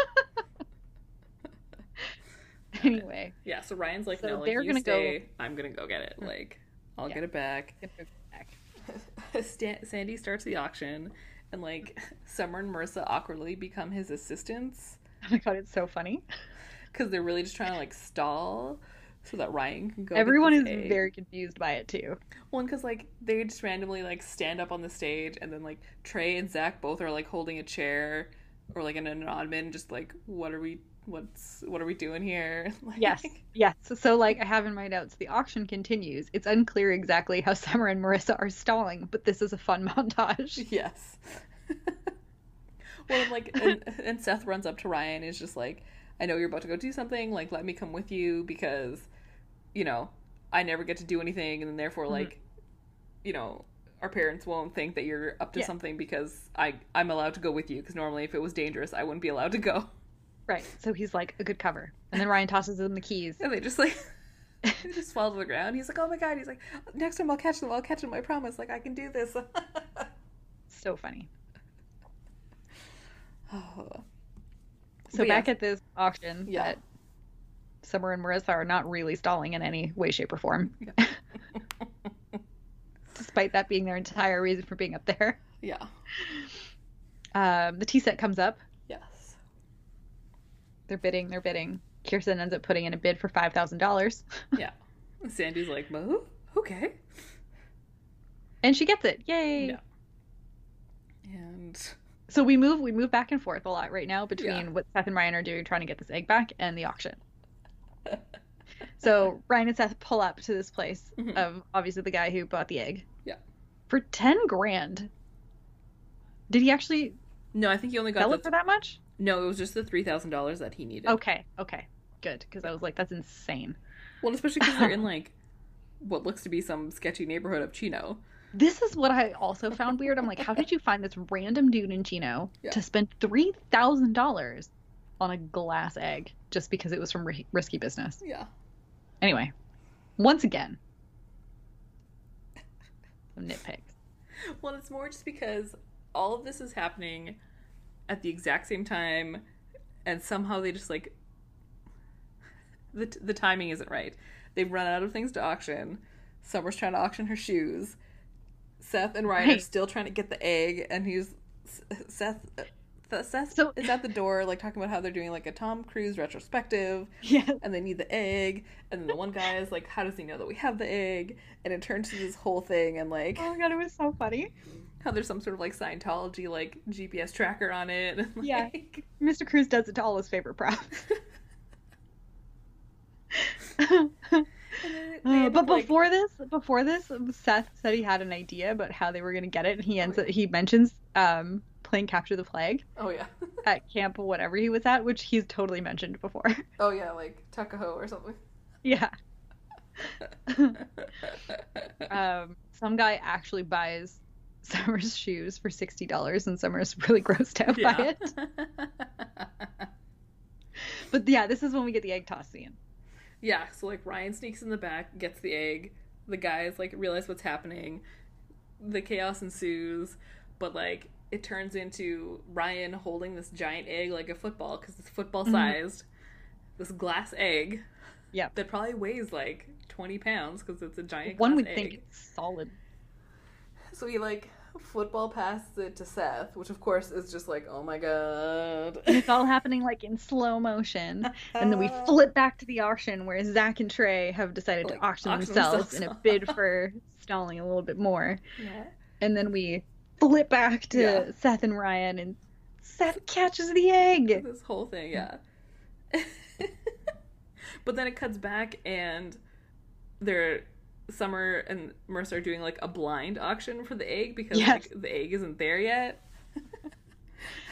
[SPEAKER 1] anyway,
[SPEAKER 2] Yeah, so Ryan's like,
[SPEAKER 1] So
[SPEAKER 2] no, like,
[SPEAKER 1] they're
[SPEAKER 2] you
[SPEAKER 1] gonna go- Hmm.
[SPEAKER 2] stay. I'm going to go get it. Like, I'll
[SPEAKER 1] Yeah.
[SPEAKER 2] get it back. <laughs>
[SPEAKER 1] <laughs>
[SPEAKER 2] Stan- Sandy starts the auction, and like Summer and Marissa awkwardly become his assistants
[SPEAKER 1] oh my god, it's so funny.
[SPEAKER 2] because they're really just trying to like stall so that Ryan can go. get
[SPEAKER 1] Everyone
[SPEAKER 2] this
[SPEAKER 1] is
[SPEAKER 2] egg.
[SPEAKER 1] very confused by it too.
[SPEAKER 2] one because like they just randomly like stand up on the stage, and then like Trey and Zach both are like holding a chair or like an, an ottoman, just like what are we? What's what are we doing here? <laughs> Like,
[SPEAKER 1] <laughs> Yes, yes. So, like, I have in my notes, the auction continues. It's unclear exactly how <laughs> Summer and Marissa are stalling, but this is a fun <laughs> montage.
[SPEAKER 2] Yes. well, I'm like, and, and Seth runs up to Ryan and is just like, I know you're about to go do something. Like, let me come with you because, you know, I never get to do anything. And then therefore,
[SPEAKER 1] Mhm.
[SPEAKER 2] like, you know, our parents won't think that you're up to
[SPEAKER 1] Yeah.
[SPEAKER 2] something because I, I'm allowed to go with you. Because normally, if it was dangerous, I wouldn't be allowed to go. <laughs>
[SPEAKER 1] Right. So he's like, a good cover. And then Ryan tosses him the
[SPEAKER 2] <laughs>
[SPEAKER 1] keys.
[SPEAKER 2] And they just like, they just fall to the ground. He's like, oh my God. He's like, next time I'll catch them. I'll catch them. I promise. Like, I can do this. <laughs> <sighs>
[SPEAKER 1] So funny.
[SPEAKER 2] oh.
[SPEAKER 1] So
[SPEAKER 2] But yeah.
[SPEAKER 1] back at this auction
[SPEAKER 2] Yeah.
[SPEAKER 1] that Summer and Marissa are not really stalling in any way, shape, or form. <laughs>
[SPEAKER 2] <laughs>
[SPEAKER 1] Despite that being their entire reason for being up there.
[SPEAKER 2] Yeah.
[SPEAKER 1] Um, the tea set comes up.
[SPEAKER 2] Yes.
[SPEAKER 1] They're bidding, they're bidding. Kirsten ends up putting in a bid for $5,000.
[SPEAKER 2] Yeah. Sandy's like, Mo? Okay.
[SPEAKER 1] <laughs> And she gets it. Yay.
[SPEAKER 2] Yeah. And
[SPEAKER 1] So we move we move back and forth a lot right now between
[SPEAKER 2] Yeah.
[SPEAKER 1] what Seth and Ryan are doing trying to get this egg back and the auction. <laughs> so Ryan and Seth pull up to this place
[SPEAKER 2] Mhm.
[SPEAKER 1] of obviously the guy who bought the egg.
[SPEAKER 2] Yeah.
[SPEAKER 1] For ten grand. Did he actually
[SPEAKER 2] no, I think he only
[SPEAKER 1] sell
[SPEAKER 2] got
[SPEAKER 1] it for
[SPEAKER 2] the
[SPEAKER 1] that much?
[SPEAKER 2] no. It was just the three thousand dollars that he needed.
[SPEAKER 1] Okay, okay, good. Because I was like, that's insane.
[SPEAKER 2] Well, especially because <laughs> they're in like what looks to be some sketchy neighborhood of Chino.
[SPEAKER 1] This is what I also found weird. I'm like, how
[SPEAKER 2] <laughs>
[SPEAKER 1] did you find this random dude in Chino
[SPEAKER 2] Yeah.
[SPEAKER 1] to spend three thousand dollars on a glass egg just because it was from ri- risky business?
[SPEAKER 2] Yeah.
[SPEAKER 1] Anyway, once again, some nitpicks.
[SPEAKER 2] Well, it's more just because all of this is happening at the exact same time, and somehow they just like the the timing isn't right. They've run out of things to auction. Summer's trying to auction her shoes. Seth and Ryan are
[SPEAKER 1] Right.
[SPEAKER 2] still trying to get the egg, and he's Seth. uh, Seth
[SPEAKER 1] So-
[SPEAKER 2] is at the door, like talking about how they're doing like a Tom Cruise retrospective,
[SPEAKER 1] <laughs> Yeah,
[SPEAKER 2] and they need the egg. And then the one guy is like, "How does he know that we have the egg?" And it turns to this whole thing, and like,
[SPEAKER 1] Oh my god, it was so funny.
[SPEAKER 2] how there's some sort of like Scientology like GPS tracker on it. <laughs> and,
[SPEAKER 1] Yeah.
[SPEAKER 2] like-
[SPEAKER 1] Mr. Cruz does it to all his favorite props. <laughs>
[SPEAKER 2] And then it- they
[SPEAKER 1] Uh,
[SPEAKER 2] end
[SPEAKER 1] but
[SPEAKER 2] up, like-
[SPEAKER 1] before this, before this, Seth said he had an idea about how they were gonna get it, and he ends up, he mentions um, playing capture the flag
[SPEAKER 2] oh yeah, <laughs>
[SPEAKER 1] at camp whatever he was at, which he's totally mentioned before. <laughs>
[SPEAKER 2] oh yeah, like Tuckahoe or something.
[SPEAKER 1] yeah, um, some guy actually buys <laughs> Summer's shoes for sixty dollars, and Summer's really <laughs> grossed
[SPEAKER 2] <laughs>
[SPEAKER 1] out by
[SPEAKER 2] yeah.
[SPEAKER 1] it.
[SPEAKER 2] <laughs>
[SPEAKER 1] But yeah, this is when we get the egg toss scene.
[SPEAKER 2] yeah. So like Ryan sneaks in the back, gets the egg. The guys like realize what's happening. The chaos ensues, but like it turns into Ryan holding this giant egg like a football because it's football
[SPEAKER 1] Mm-hmm.
[SPEAKER 2] sized. This glass egg.
[SPEAKER 1] Yep.
[SPEAKER 2] That probably weighs like twenty pounds because it's a giant.
[SPEAKER 1] One
[SPEAKER 2] glass
[SPEAKER 1] would
[SPEAKER 2] egg.
[SPEAKER 1] think it's solid.
[SPEAKER 2] So he like football passes it to Seth, which of course is just like, oh my god.
[SPEAKER 1] And it's all happening like in slow motion. And
[SPEAKER 2] <laughs>
[SPEAKER 1] then we flip back to the auction where Zach and Trey have decided
[SPEAKER 2] Like,
[SPEAKER 1] to auction,
[SPEAKER 2] auction
[SPEAKER 1] themselves in a
[SPEAKER 2] themselves. <laughs>
[SPEAKER 1] bid for stalling a little bit more.
[SPEAKER 2] <laughs> Yeah.
[SPEAKER 1] And then we flip back to
[SPEAKER 2] Yeah.
[SPEAKER 1] Seth and Ryan, and Seth catches the egg.
[SPEAKER 2] This whole thing, yeah. <laughs> but then it cuts back and they're Summer and Mercer are doing like a blind auction for the egg because
[SPEAKER 1] Yes.
[SPEAKER 2] like the egg isn't there yet.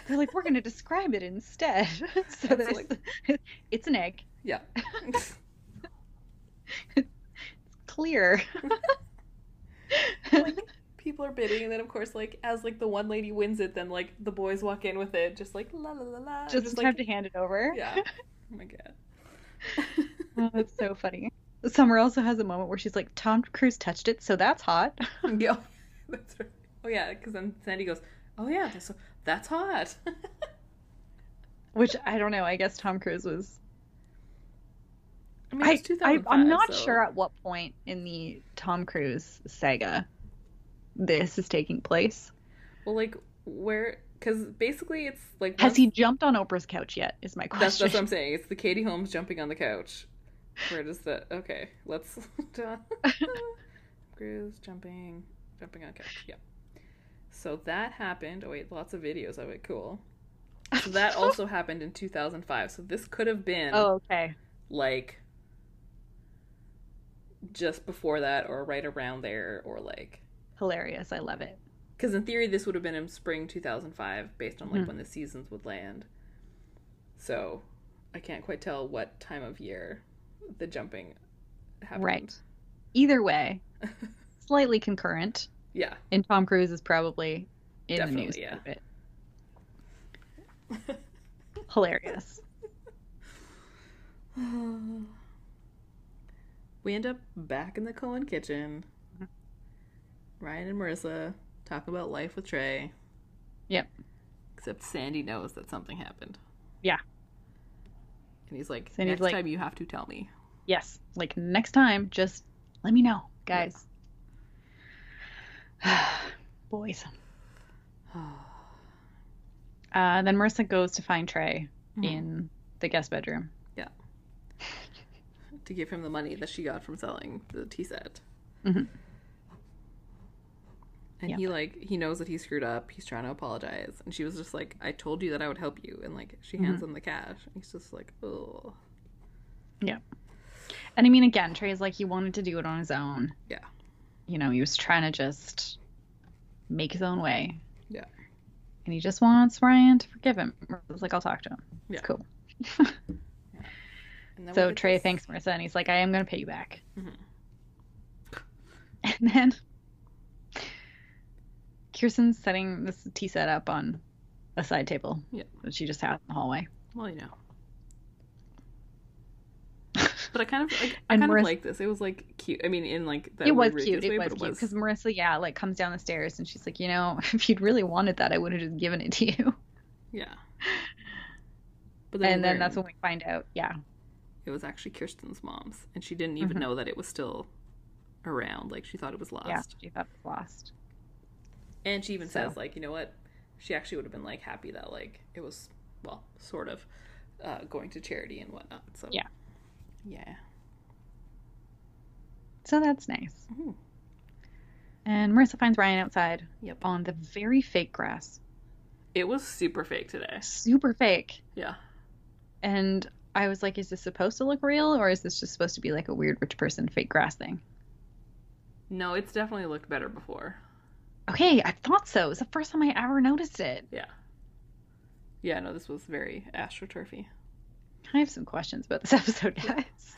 [SPEAKER 1] They're like, we're going to describe it instead. <laughs> so
[SPEAKER 2] That's
[SPEAKER 1] there's, <laughs> it's an egg, <laughs>
[SPEAKER 2] Yeah.
[SPEAKER 1] clear.
[SPEAKER 2] like people are bidding and then of course like as like the one lady wins it then like the boys walk in with it just like la la la la
[SPEAKER 1] just
[SPEAKER 2] just
[SPEAKER 1] have
[SPEAKER 2] like
[SPEAKER 1] <laughs> to hand it over.
[SPEAKER 2] yeah oh my god
[SPEAKER 1] Oh, that's so funny. Summer also has a moment where she's like, Tom Cruise touched it, so that's hot.
[SPEAKER 2] <laughs>
[SPEAKER 1] <laughs>
[SPEAKER 2] yeah, that's right. Oh yeah, because then Sandy goes, "Oh yeah, that's that's hot." <laughs>
[SPEAKER 1] Which I don't know. I guess Tom Cruise was.
[SPEAKER 2] I mean,
[SPEAKER 1] I,
[SPEAKER 2] it's 2005,
[SPEAKER 1] I, I'm not
[SPEAKER 2] so-
[SPEAKER 1] sure at what point in the Tom Cruise saga this is taking place.
[SPEAKER 2] Well, like where? Because basically, it's like
[SPEAKER 1] Has
[SPEAKER 2] once-
[SPEAKER 1] he jumped on Oprah's couch yet? Is my
[SPEAKER 2] That's,
[SPEAKER 1] question.
[SPEAKER 2] that's what I'm saying. It's the Katie Holmes jumping on the couch. Where does that? Okay, let's. <laughs> Cruise jumping, jumping on couch. Yeah. So that happened. Oh wait, lots of videos of it. Cool.
[SPEAKER 1] <laughs>
[SPEAKER 2] So that also happened in 2005. So this could have been
[SPEAKER 1] oh, okay.
[SPEAKER 2] like just before that, or right around there, or like
[SPEAKER 1] Hilarious. I love it.
[SPEAKER 2] because in theory this would have been in spring 2005 based on like
[SPEAKER 1] Mhm.
[SPEAKER 2] when the seasons would land so i can't quite tell what time of year the jumping happened
[SPEAKER 1] Right. Either
[SPEAKER 2] <laughs>
[SPEAKER 1] way, slightly concurrent,
[SPEAKER 2] yeah <sighs>
[SPEAKER 1] and Tom Cruise is probably in
[SPEAKER 2] Definitely,
[SPEAKER 1] the news
[SPEAKER 2] yeah.
[SPEAKER 1] a bit. Hilarious.
[SPEAKER 2] we end up back in the cohen kitchen
[SPEAKER 1] Mhm. Mm-hmm.
[SPEAKER 2] ryan and marissa talk about life with trey
[SPEAKER 1] Yep.
[SPEAKER 2] except sandy knows that something happened
[SPEAKER 1] Yeah.
[SPEAKER 2] and he's like
[SPEAKER 1] Sandy's
[SPEAKER 2] next
[SPEAKER 1] like-
[SPEAKER 2] time you have to tell me <sighs>
[SPEAKER 1] Yes. Like next time, just let me know, guys. <sighs> Boys. Uh, then Marissa goes to find Trey
[SPEAKER 2] Mhm.
[SPEAKER 1] in the guest bedroom.
[SPEAKER 2] to give him the money that she got from selling the tea set.
[SPEAKER 1] Mhm.
[SPEAKER 2] And
[SPEAKER 1] Yeah.
[SPEAKER 2] he like he knows that he screwed up. He's trying to apologize, and she was just like, "I told you that I would help you," and like she hands
[SPEAKER 1] Mm-hmm.
[SPEAKER 2] him the cash. And he's just like, "Oh,
[SPEAKER 1] And I mean, again, Trey's like, he wanted to do it on his own.
[SPEAKER 2] Yeah.
[SPEAKER 1] You know, he was trying to just make his own way.
[SPEAKER 2] Yeah.
[SPEAKER 1] And he just wants Ryan to forgive him. Marissa's like, I'll talk to him.
[SPEAKER 2] Yeah.
[SPEAKER 1] It's cool.
[SPEAKER 2] And then we
[SPEAKER 1] So
[SPEAKER 2] get
[SPEAKER 1] Trey
[SPEAKER 2] this-
[SPEAKER 1] thanks Marissa and he's like, I am going to pay you back.
[SPEAKER 2] Mhm.
[SPEAKER 1] <laughs> And then Kirsten's setting this tea set up on a side table
[SPEAKER 2] Yeah.
[SPEAKER 1] that she just had in the
[SPEAKER 2] <laughs>
[SPEAKER 1] hallway.
[SPEAKER 2] Well, you know. But I kind of like, I
[SPEAKER 1] And
[SPEAKER 2] kind of
[SPEAKER 1] Marissa-
[SPEAKER 2] like this. It was like cute. I mean, in like that
[SPEAKER 1] it was
[SPEAKER 2] weird,
[SPEAKER 1] cute.
[SPEAKER 2] ridiculous
[SPEAKER 1] It
[SPEAKER 2] way,
[SPEAKER 1] was
[SPEAKER 2] but
[SPEAKER 1] cute because Marissa, yeah, like comes down the stairs and she's like, you know, <laughs> if you'd really wanted that, I would have just given it to you.
[SPEAKER 2] <laughs> yeah. But we
[SPEAKER 1] and then that's
[SPEAKER 2] learned-
[SPEAKER 1] when we find out, yeah,
[SPEAKER 2] it was actually Kirsten's mom's, and she didn't even
[SPEAKER 1] Mhm.
[SPEAKER 2] know that it was still around. Like she thought it was lost.
[SPEAKER 1] yeah, she thought it was lost.
[SPEAKER 2] And she even
[SPEAKER 1] So.
[SPEAKER 2] says like, you know what? She actually would have been like happy that like it was well, sort of uh, going to charity and whatnot. So
[SPEAKER 1] Yeah.
[SPEAKER 2] yeah.
[SPEAKER 1] So that's nice.
[SPEAKER 2] Mhm.
[SPEAKER 1] And Marissa finds Ryan outside
[SPEAKER 2] Yep.
[SPEAKER 1] on the very fake grass,
[SPEAKER 2] It was super fake today.
[SPEAKER 1] super fake.
[SPEAKER 2] Yeah.
[SPEAKER 1] And I was like, is this supposed to look real or is this just supposed to be like a weird rich person fake grass thing?
[SPEAKER 2] No, it's definitely looked better before.
[SPEAKER 1] Okay, I thought so. It was the first time I ever noticed it.
[SPEAKER 2] Yeah. Yeah. No, this was very astroturfy.
[SPEAKER 1] I have some questions about this <laughs> episode, guys.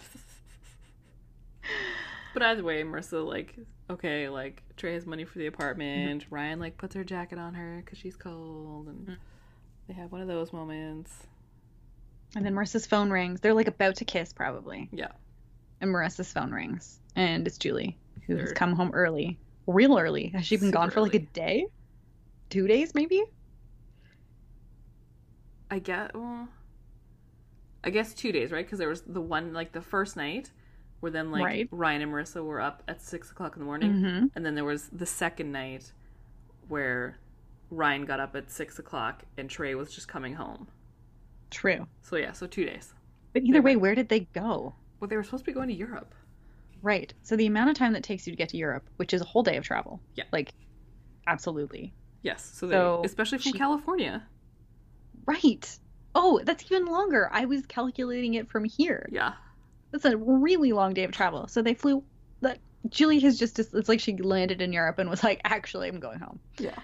[SPEAKER 2] But either way, Marissa like okay, like Trey has money for the apartment.
[SPEAKER 1] Mm-hmm.
[SPEAKER 2] Ryan like puts her jacket on her because she's cold, and
[SPEAKER 1] Mhm.
[SPEAKER 2] they have one of those moments.
[SPEAKER 1] And then Marissa's phone rings. They're like about to kiss, probably.
[SPEAKER 2] Yeah,
[SPEAKER 1] And Marissa's phone rings. And it's Julie, who has
[SPEAKER 2] They're-
[SPEAKER 1] come home early. Real early. Has she been
[SPEAKER 2] Super
[SPEAKER 1] gone for like a
[SPEAKER 2] early.
[SPEAKER 1] day? Two days, maybe?
[SPEAKER 2] I guess. Well, I guess two days, right? Because there was the one like the first night where then like
[SPEAKER 1] Right.
[SPEAKER 2] Ryan and Marissa were up at six o'clock in the morning,
[SPEAKER 1] Mm-hmm.
[SPEAKER 2] and then there was the second night where Ryan got up at six o'clock and Trey was just coming home.
[SPEAKER 1] True.
[SPEAKER 2] So yeah, so two days.
[SPEAKER 1] But
[SPEAKER 2] They
[SPEAKER 1] either way, where did they go?
[SPEAKER 2] Well, they were supposed to be going to Europe.
[SPEAKER 1] Right. So the amount of time that takes you to get to Europe, which is a whole day of travel.
[SPEAKER 2] Yeah.
[SPEAKER 1] Like, absolutely.
[SPEAKER 2] Yes, so,
[SPEAKER 1] So
[SPEAKER 2] they, especially from
[SPEAKER 1] she-
[SPEAKER 2] California.
[SPEAKER 1] Right. Oh, that's even longer. I was calculating it from here.
[SPEAKER 2] Yeah.
[SPEAKER 1] That's a really long day of travel. So they flew. That Julie has just. It's like she landed in Europe and was like, actually, I'm going home.
[SPEAKER 2] Yeah.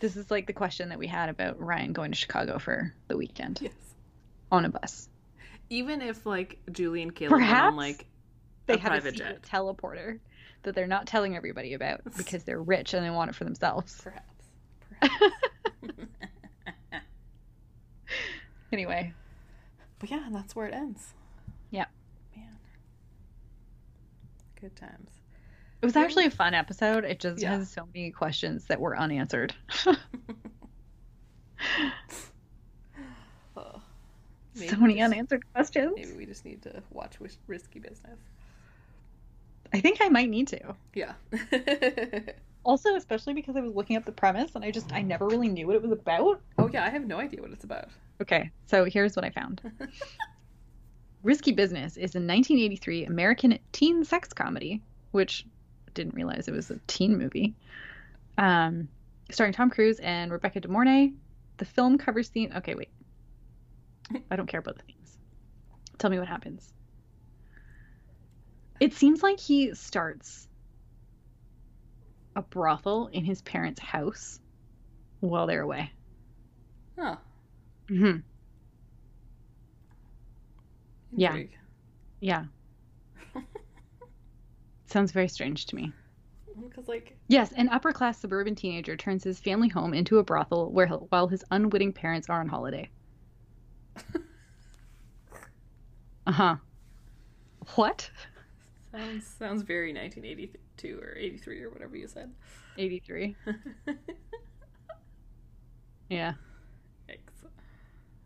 [SPEAKER 1] This is like the question that we had about Ryan going to Chicago for the weekend
[SPEAKER 2] Yes.
[SPEAKER 1] on a bus.
[SPEAKER 2] Even if like Julie and Caleb went on
[SPEAKER 1] Perhaps
[SPEAKER 2] like
[SPEAKER 1] They
[SPEAKER 2] A
[SPEAKER 1] have a
[SPEAKER 2] private
[SPEAKER 1] secret
[SPEAKER 2] jet.
[SPEAKER 1] teleporter that they're not telling everybody
[SPEAKER 2] <laughs>
[SPEAKER 1] about because they're rich and they want it for themselves.
[SPEAKER 2] perhaps. Perhaps.
[SPEAKER 1] Anyway,
[SPEAKER 2] but yeah, and that's where it ends.
[SPEAKER 1] Yeah.
[SPEAKER 2] Good times.
[SPEAKER 1] It was actually a fun episode. It just
[SPEAKER 2] Yeah.
[SPEAKER 1] has so many questions that were unanswered. <laughs>
[SPEAKER 2] Oh,
[SPEAKER 1] so
[SPEAKER 2] maybe we
[SPEAKER 1] many
[SPEAKER 2] just-
[SPEAKER 1] unanswered questions.
[SPEAKER 2] Maybe we just need to watch Wis- Risky Business.
[SPEAKER 1] I think I might need to.
[SPEAKER 2] Yeah. <laughs>
[SPEAKER 1] Also, especially because I was looking up the premise and I just I never really knew what it was about.
[SPEAKER 2] oh yeah, I have no idea what it's about.
[SPEAKER 1] Okay, so here's what I found. Risky Business is a 1983 American teen sex comedy, which I didn't realize it was a teen movie. Um, starring Tom Cruise and Rebecca De Mornay. The film covers the okay, wait. I don't care about the themes. Tell me what happens. It seems like he starts a brothel in his parents' house while they're away.
[SPEAKER 2] Huh.
[SPEAKER 1] hmm Yeah.
[SPEAKER 2] Intrigue. <laughs>
[SPEAKER 1] Yeah. Sounds very strange to me.
[SPEAKER 2] Because like,
[SPEAKER 1] Yes, an upper class suburban teenager turns his family home into a brothel where he'll, while his unwitting parents are on
[SPEAKER 2] <laughs>
[SPEAKER 1] holiday. Uh huh. What?
[SPEAKER 2] sounds sounds very 1982 or 83 or whatever you said. <laughs>
[SPEAKER 1] 83. <laughs> Yeah.
[SPEAKER 2] Yikes.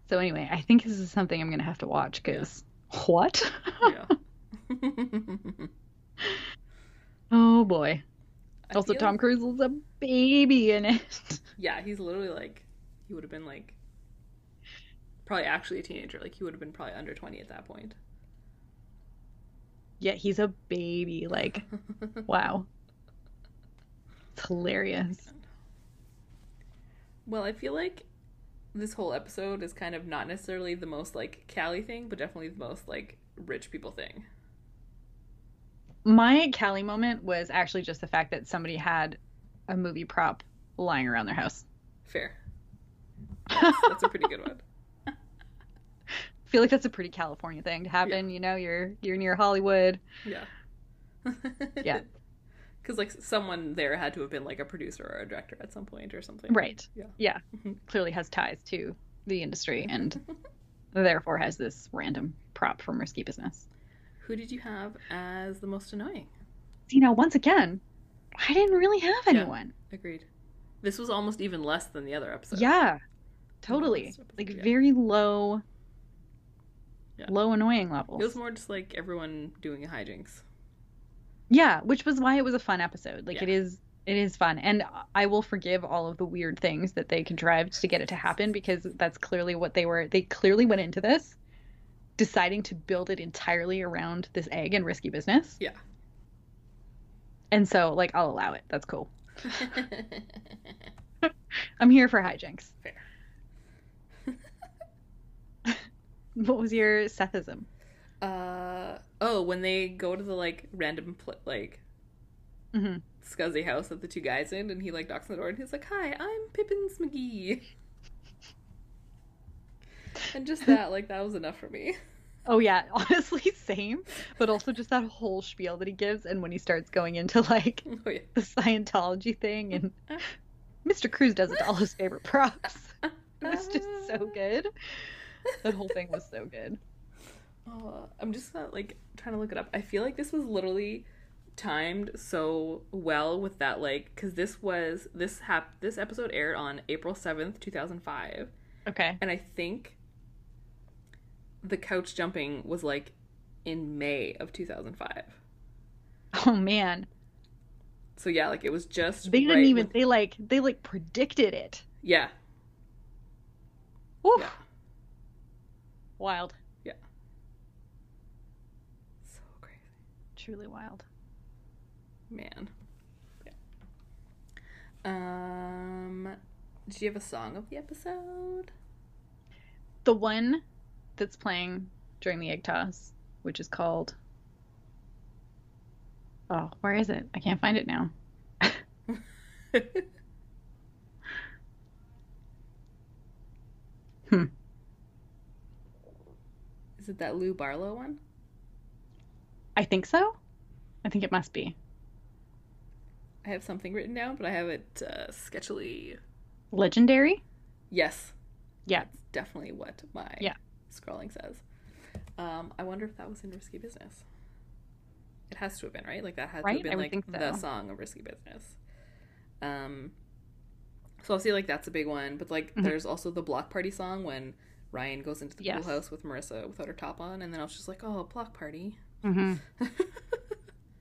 [SPEAKER 1] So, anyway, I think this is something I'm going to have to watch because what? <laughs>
[SPEAKER 2] Yeah. <laughs>
[SPEAKER 1] oh boy.
[SPEAKER 2] I
[SPEAKER 1] also,
[SPEAKER 2] feel
[SPEAKER 1] Tom Cruise is a baby in it. <laughs>
[SPEAKER 2] Yeah, he's literally like he would have been like probably actually a teenager. Like he would have been probably under twenty at that point.
[SPEAKER 1] yeah, he's a baby.
[SPEAKER 2] <laughs>
[SPEAKER 1] Like, wow. It's hilarious.
[SPEAKER 2] well, I feel like this whole episode is kind of not necessarily the most like Cali thing, but definitely the most like rich people thing.
[SPEAKER 1] My Cali moment was actually just the fact that somebody had a movie prop lying around their house. <laughs>
[SPEAKER 2] Fair.
[SPEAKER 1] I
[SPEAKER 2] That's a pretty good
[SPEAKER 1] <laughs>
[SPEAKER 2] one.
[SPEAKER 1] feel like that's a pretty California thing to happen. You know, you're you're near Hollywood.
[SPEAKER 2] Yeah. <laughs>
[SPEAKER 1] Yeah.
[SPEAKER 2] Because like someone there had to have been like a producer or a director at some point or something.
[SPEAKER 1] Right.
[SPEAKER 2] Yeah.
[SPEAKER 1] Yeah.
[SPEAKER 2] Mhm.
[SPEAKER 1] Clearly has ties to the industry
[SPEAKER 2] <laughs>
[SPEAKER 1] and therefore has this random prop from risky business.
[SPEAKER 2] Who did you have as the most annoying?
[SPEAKER 1] You know, once again, I didn't really have
[SPEAKER 2] Yeah.
[SPEAKER 1] anyone.
[SPEAKER 2] Agreed. This was almost even less than the other episode.
[SPEAKER 1] yeah. Totally.
[SPEAKER 2] Last episode,
[SPEAKER 1] Like
[SPEAKER 2] yeah.
[SPEAKER 1] very low
[SPEAKER 2] Yeah.
[SPEAKER 1] low annoying levels.
[SPEAKER 2] It was more just like everyone doing hijinks.
[SPEAKER 1] Yeah, which was why it was a fun episode. Like
[SPEAKER 2] Yeah.
[SPEAKER 1] it is it is fun and I will forgive all of the weird things that they contrived to get it to happen because that's clearly what they were they clearly went into this deciding to build it entirely around this egg and risky business.
[SPEAKER 2] Yeah.
[SPEAKER 1] And so like I'll allow it. That's cool. I'm here for hijinks.
[SPEAKER 2] Fair.
[SPEAKER 1] <laughs> what was your Sethism? <laughs>
[SPEAKER 2] uh oh, when they go to the like random pl- like
[SPEAKER 1] hmm
[SPEAKER 2] scuzzy house that the two guys in, and he like knocks on the door and he's like, "Hi, I'm Pippins
[SPEAKER 1] <laughs>
[SPEAKER 2] McGee." and just that, like that was enough for me. <laughs>
[SPEAKER 1] Oh yeah, <laughs> honestly same, but also just that whole spiel that he gives and when he starts going into like
[SPEAKER 2] oh yeah.
[SPEAKER 1] the <laughs> Scientology thing, and Mr. Cruz does it to all his favorite props. <laughs> It was just so good. That whole thing was so good.
[SPEAKER 2] Oh, I'm just uh, like trying to look it up. I feel like this was literally timed so well with that like cuz this was this hap- this episode aired on April 7th, 2005,
[SPEAKER 1] Okay.
[SPEAKER 2] and I think the couch jumping was like in May of 2005.
[SPEAKER 1] Oh man,
[SPEAKER 2] So yeah, like it was just
[SPEAKER 1] they didn't
[SPEAKER 2] right
[SPEAKER 1] even.
[SPEAKER 2] with-
[SPEAKER 1] They like. They like predicted it.
[SPEAKER 2] Yeah.
[SPEAKER 1] Oof.
[SPEAKER 2] Yeah.
[SPEAKER 1] Wild.
[SPEAKER 2] So crazy.
[SPEAKER 1] Truly wild.
[SPEAKER 2] Man. Yeah. Um did you have a song of the episode?
[SPEAKER 1] The one that's playing during the egg toss, which is called. Oh, where is it? I can't find it now. <laughs> Hmm.
[SPEAKER 2] Is it that Lou Barlow one?
[SPEAKER 1] I think so. I think it must be.
[SPEAKER 2] I have something written down, but I have it uh, sketchily.
[SPEAKER 1] Legendary.
[SPEAKER 2] Yes,
[SPEAKER 1] Yeah.
[SPEAKER 2] that's definitely what my
[SPEAKER 1] Yeah.
[SPEAKER 2] scrolling says. Um, I wonder if that was in Risky Business. It has to have been right. Like that has to
[SPEAKER 1] Right?
[SPEAKER 2] have been
[SPEAKER 1] I would
[SPEAKER 2] like
[SPEAKER 1] think so.
[SPEAKER 2] the song of Risky Business. Um, so I'll see. Like that's a big one, but like
[SPEAKER 1] Mhm.
[SPEAKER 2] there's also the block party song when Ryan goes into the
[SPEAKER 1] Yes.
[SPEAKER 2] pool house with Marissa without her top on, and then I was just like, oh, block party. <laughs>
[SPEAKER 1] Mm-hmm.
[SPEAKER 2] I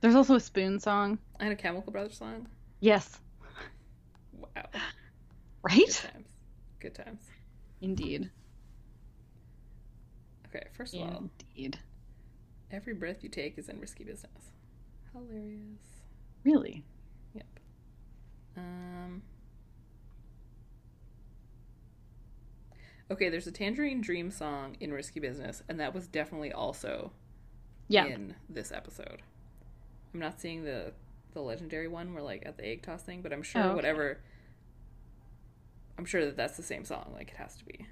[SPEAKER 1] There's also a spoon song.
[SPEAKER 2] had a Chemical Brothers song.
[SPEAKER 1] Yes.
[SPEAKER 2] Wow, good
[SPEAKER 1] Right?
[SPEAKER 2] times, good times.
[SPEAKER 1] Indeed.
[SPEAKER 2] Okay, first of all,
[SPEAKER 1] Indeed.
[SPEAKER 2] every breath you take is in risky business. Hilarious.
[SPEAKER 1] Really?
[SPEAKER 2] Yep. Um. Okay, there's a Tangerine Dream song in Risky Business, and that was definitely also
[SPEAKER 1] Yeah.
[SPEAKER 2] in this episode. I'm not seeing the the legendary one where like at the egg toss thing, but I'm sure
[SPEAKER 1] Oh, okay.
[SPEAKER 2] whatever. I'm sure that that's the same song. Like it has to be,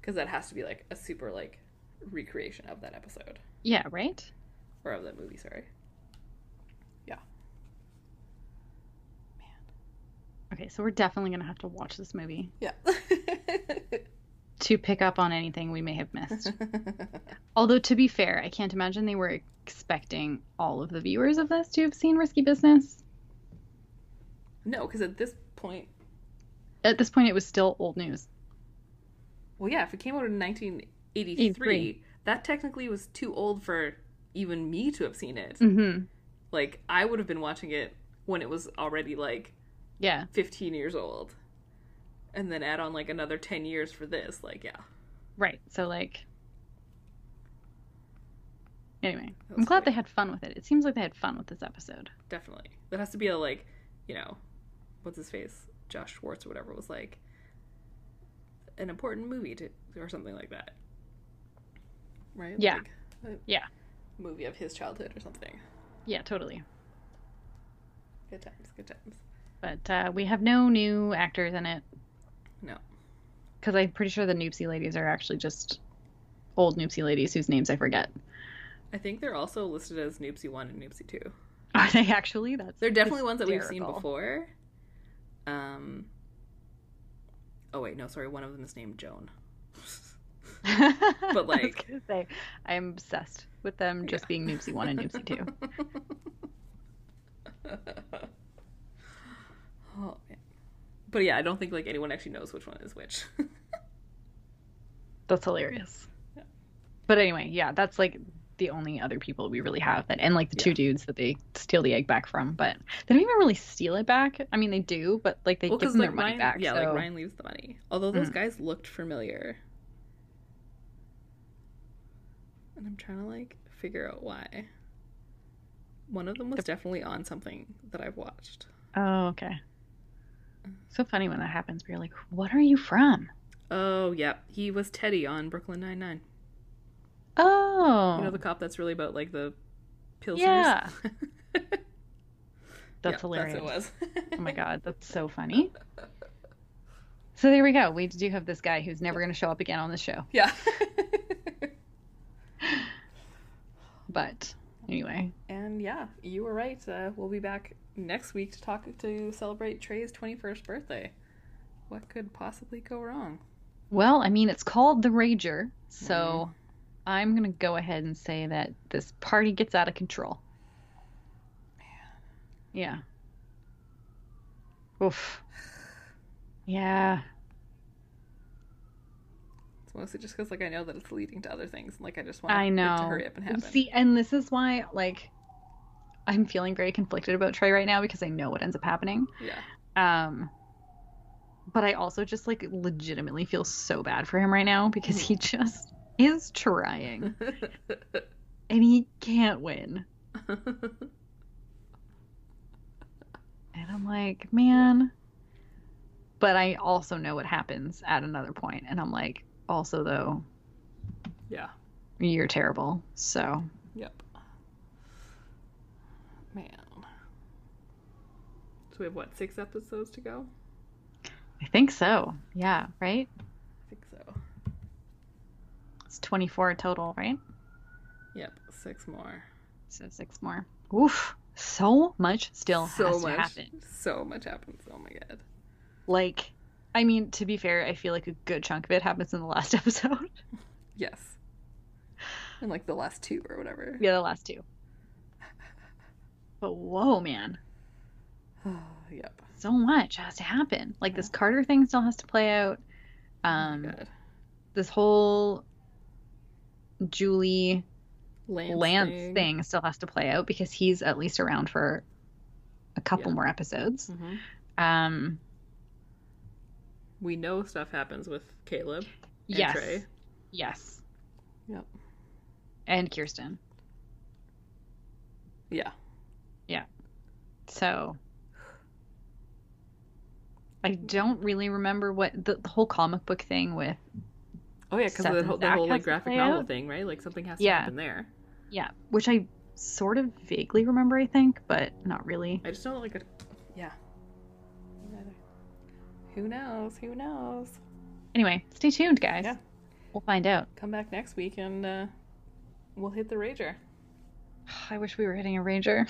[SPEAKER 2] because that has to be like a super like recreation of that episode
[SPEAKER 1] Yeah, right?
[SPEAKER 2] or of that movie. Sorry. Yeah. Man.
[SPEAKER 1] Okay, so we're definitely going to have to watch this movie
[SPEAKER 2] Yeah. <laughs>
[SPEAKER 1] <laughs> to pick up on anything we may have
[SPEAKER 2] <laughs>
[SPEAKER 1] missed. Although, to be fair, I can't imagine they were expecting all of the viewers of this to have seen Risky Business.
[SPEAKER 2] no, because at this point,
[SPEAKER 1] At this point, it was still old news.
[SPEAKER 2] well, yeah, if it came out in 1983, that technically was too old for even me to have seen it.
[SPEAKER 1] Mm hmm.
[SPEAKER 2] Like, I would have been watching it when it was already like
[SPEAKER 1] Yeah.
[SPEAKER 2] 15 years old. And then add on like another 10 years for this. Like, yeah.
[SPEAKER 1] Right. So like Anyway,
[SPEAKER 2] That
[SPEAKER 1] I'm
[SPEAKER 2] was
[SPEAKER 1] glad they
[SPEAKER 2] funny.
[SPEAKER 1] had fun with it. It seems like they had fun with this episode.
[SPEAKER 2] Definitely. That has to be a like, you know, what's his face? Josh Schwartz or whatever was like an important movie to or something like that. Right?
[SPEAKER 1] Yeah.
[SPEAKER 2] Like, a
[SPEAKER 1] Yeah.
[SPEAKER 2] Movie of his childhood or something.
[SPEAKER 1] Yeah, totally.
[SPEAKER 2] Good times, good times.
[SPEAKER 1] But uh, we have no new actors in it
[SPEAKER 2] No.
[SPEAKER 1] because I'm pretty sure the Noopsy ladies are actually just old Noopsy ladies whose names I forget. <laughs>
[SPEAKER 2] I think they're also listed as Noopsy 1 and Noopsy 2.
[SPEAKER 1] Are they actually? That's
[SPEAKER 2] They're definitely ones that we've seen
[SPEAKER 1] hysterical.
[SPEAKER 2] before. Um Oh wait, no, sorry, one of them is named Joan.
[SPEAKER 1] <laughs>
[SPEAKER 2] <laughs>
[SPEAKER 1] I was <laughs>
[SPEAKER 2] like-
[SPEAKER 1] gonna say, I'm obsessed with them just
[SPEAKER 2] Yeah.
[SPEAKER 1] being Noopsy one and Noopsy
[SPEAKER 2] <laughs>
[SPEAKER 1] two.
[SPEAKER 2] oh man. But yeah, I don't think like anyone actually knows which one is which.
[SPEAKER 1] That's hilarious.
[SPEAKER 2] Yeah.
[SPEAKER 1] But anyway, yeah, that's like the only other people we really have that and like the two
[SPEAKER 2] Yeah.
[SPEAKER 1] dudes that they steal the egg back from, but they don't even really steal it back. I mean they do, but like they
[SPEAKER 2] well,
[SPEAKER 1] give
[SPEAKER 2] because
[SPEAKER 1] them
[SPEAKER 2] like
[SPEAKER 1] their money
[SPEAKER 2] Ryan,
[SPEAKER 1] back.
[SPEAKER 2] yeah,
[SPEAKER 1] so-
[SPEAKER 2] like Ryan leaves the money. Although those
[SPEAKER 1] Mm.
[SPEAKER 2] guys looked familiar, and I'm trying to like figure out why. One of them was definitely on something that I've watched.
[SPEAKER 1] Oh, okay. So funny when that happens, but you're like, What are you from?
[SPEAKER 2] Oh, yep, he was Teddy on Brooklyn Nine Nine.
[SPEAKER 1] Oh
[SPEAKER 2] You know the cop that's really about like the pills. <laughs>
[SPEAKER 1] Yeah. that's
[SPEAKER 2] Yeah,
[SPEAKER 1] hilarious.
[SPEAKER 2] That's what it was. <laughs>
[SPEAKER 1] oh my god, that's so funny. <laughs> So there we go. We do have this guy who's never gonna show up again on the show.
[SPEAKER 2] Yeah. <laughs>
[SPEAKER 1] But anyway.
[SPEAKER 2] and yeah, you were right. Uh, we'll be back next week to talk to celebrate Trey's 21st birthday. What could possibly go wrong?
[SPEAKER 1] Well, I mean, it's called the Rager, so I'm gonna go ahead and say that this party gets out of control. Yeah. Oof. Yeah.
[SPEAKER 2] It's mostly just because like I know that it's leading to other things, and like I just want
[SPEAKER 1] I
[SPEAKER 2] it to
[SPEAKER 1] know.
[SPEAKER 2] hurry up and
[SPEAKER 1] <laughs>
[SPEAKER 2] happen.
[SPEAKER 1] See, and this is why, like, I'm feeling very conflicted about Trey right now because I know what ends up happening.
[SPEAKER 2] yeah, <laughs>
[SPEAKER 1] Um, but I also just like legitimately feel so bad for him right now because
[SPEAKER 2] <laughs>
[SPEAKER 1] he just is trying and he can't win. And I'm like, man. But I also know what happens at another point, And I'm like, also, though,
[SPEAKER 2] yeah,
[SPEAKER 1] you're terrible. So,
[SPEAKER 2] yep. Man, so we have what six episodes to go?
[SPEAKER 1] I think so. Yeah, right?
[SPEAKER 2] I think so.
[SPEAKER 1] It's 24 total, right?
[SPEAKER 2] Yep, six more.
[SPEAKER 1] So, six more. Oof. So much still
[SPEAKER 2] so
[SPEAKER 1] has
[SPEAKER 2] much,
[SPEAKER 1] to happen.
[SPEAKER 2] so much happens. Oh my god.
[SPEAKER 1] Like, I mean, to be fair, I feel like a good chunk of it happens in the last <laughs> episode.
[SPEAKER 2] Yes. And like the last two or whatever.
[SPEAKER 1] yeah, the last two. But whoa, man.
[SPEAKER 2] <sighs> yep. Oh
[SPEAKER 1] So much has to happen. Like this Carter thing still has to play out. Um
[SPEAKER 2] Good.
[SPEAKER 1] this whole Julie
[SPEAKER 2] Lance,
[SPEAKER 1] Lance thing. still has to play out because he's at least around for a couple
[SPEAKER 2] Yeah.
[SPEAKER 1] more episodes.
[SPEAKER 2] Mhm.
[SPEAKER 1] Um
[SPEAKER 2] We know stuff happens with Caleb. and
[SPEAKER 1] yes.
[SPEAKER 2] Trey.
[SPEAKER 1] Yes.
[SPEAKER 2] Yep.
[SPEAKER 1] And Kirsten.
[SPEAKER 2] Yeah.
[SPEAKER 1] So I don't really remember what the, the whole comic book thing with
[SPEAKER 2] Oh yeah, because
[SPEAKER 1] Seth
[SPEAKER 2] the,
[SPEAKER 1] and
[SPEAKER 2] whole- the
[SPEAKER 1] Zach
[SPEAKER 2] whole
[SPEAKER 1] has
[SPEAKER 2] like
[SPEAKER 1] to
[SPEAKER 2] graphic
[SPEAKER 1] play
[SPEAKER 2] novel
[SPEAKER 1] out.
[SPEAKER 2] thing, right? Like something has to
[SPEAKER 1] Yeah.
[SPEAKER 2] happen there.
[SPEAKER 1] yeah, which I sort of vaguely remember, I think, but not really.
[SPEAKER 2] I just don't like it. Yeah. Me neither. Who knows? Who knows?
[SPEAKER 1] Anyway, stay tuned, guys.
[SPEAKER 2] Yeah.
[SPEAKER 1] We'll find out. <sighs>
[SPEAKER 2] Come back next week and uh,
[SPEAKER 1] <laughs>
[SPEAKER 2] we'll hit the rager.
[SPEAKER 1] I wish we were hitting a ranger.